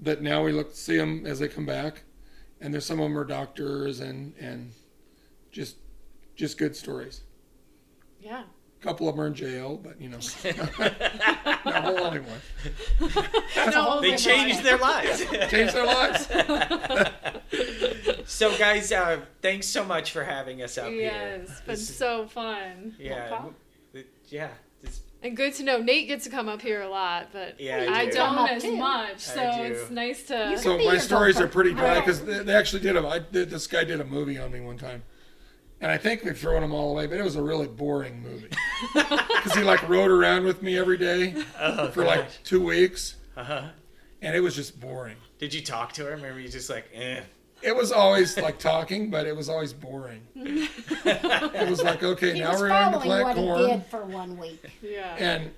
that now we look to see them as they come back, and there's some of them are doctors and and just just good stories. Yeah. A couple of them are in jail, but you know, not the only one. No, They changed their lives. Change their lives. So, guys, uh, thanks so much for having us up Yeah, here. it's been This- so fun. yeah, problem. w- yeah, this- And good to know Nate gets to come up here a lot, but Yeah, I I, do. don't Come up as too. much. So I do. it's nice to. You- So Be my your stories are bumper. pretty dry because they, they actually did a I did, this guy did a movie on me one time, and I think we've thrown them all away. But it was a really boring movie because he like rode around with me every day Oh, for like two weeks, uh-huh. and it was just boring. Did you talk to her? Remember, you just like, eh. It was always like talking, but it was always boring. it was like okay, He now was we're going to following plant what he corn, did for one week. Yeah. and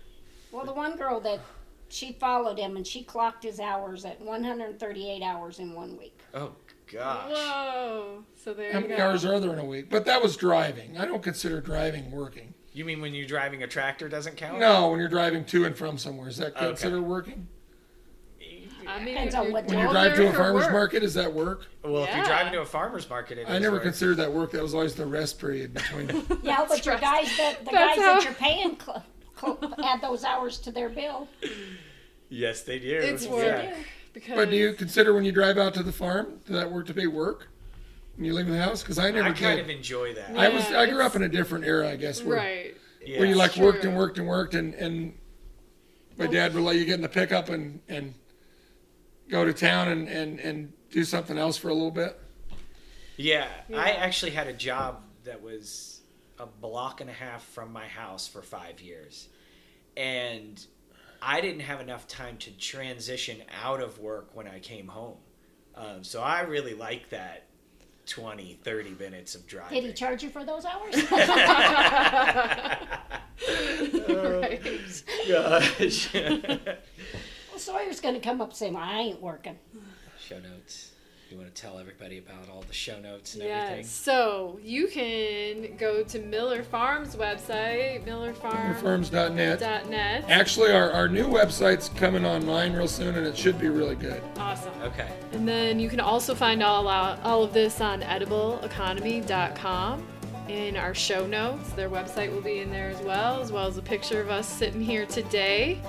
Well, the one girl that she followed him and she clocked his hours at 138 hours in one week. Oh uh, gosh. Whoa. So there how you many go. hours are there in a week? But that was driving. I don't consider driving working. You mean when you're driving a tractor doesn't count? No, when you're driving to and from somewhere, is that Okay. considered working? I mean, Depends if on you're what When you Well, going drive to there a for farmer's work. market, is that work? Well, if you're Yeah. driving to a farmer's market, it is I never work. considered that work. That was always the rest period between. Yeah, but your right. guys that the guys That's that how- you're paying cl- cl- add those hours to their bill. Yes, they do. It's Yeah. work. Because but do you consider when you drive out to the farm does that work to be work? When you leave the house, because I never I kind did. of enjoy that. I was. Yeah, I grew up it's- in a different era, I guess. Where, Right. Yeah. where you like That's worked true. and worked and worked, and and my dad would let you get in the pickup and and go to town and and and do something else for a little bit. Yeah, Yeah. I actually had a job that was a block and a half from my house for five years. And I didn't have enough time to transition out of work when I came home. Um, so I really like that 20, 30 minutes of driving. Did he charge you for those hours? right. Gosh. well, Sawyer's going to come up and say, well, I ain't working. show notes. You want to tell everybody about all the show notes and Yes. everything? So you can go to Miller Farms website, millerfarm.net. Farms.net. Actually, our, our new website's coming online real soon, and it should be really good. Awesome. Okay. And then you can also find all out, all of this on edibleeconomy.com. in our show notes. Their website will be in there as well, as well as a picture of us sitting here today.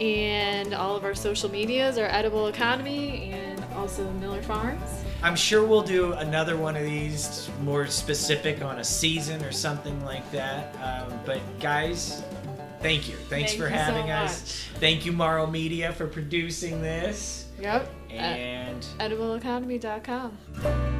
And all of our social medias are Edible Economy and also Miller Farms. I'm sure we'll do another one of these more specific on a season or something like that. Um, but guys, thank you. Thanks Thank for you so having us. Thank you, Marl Media, for producing this. Yep. And EdibleEconomy.com.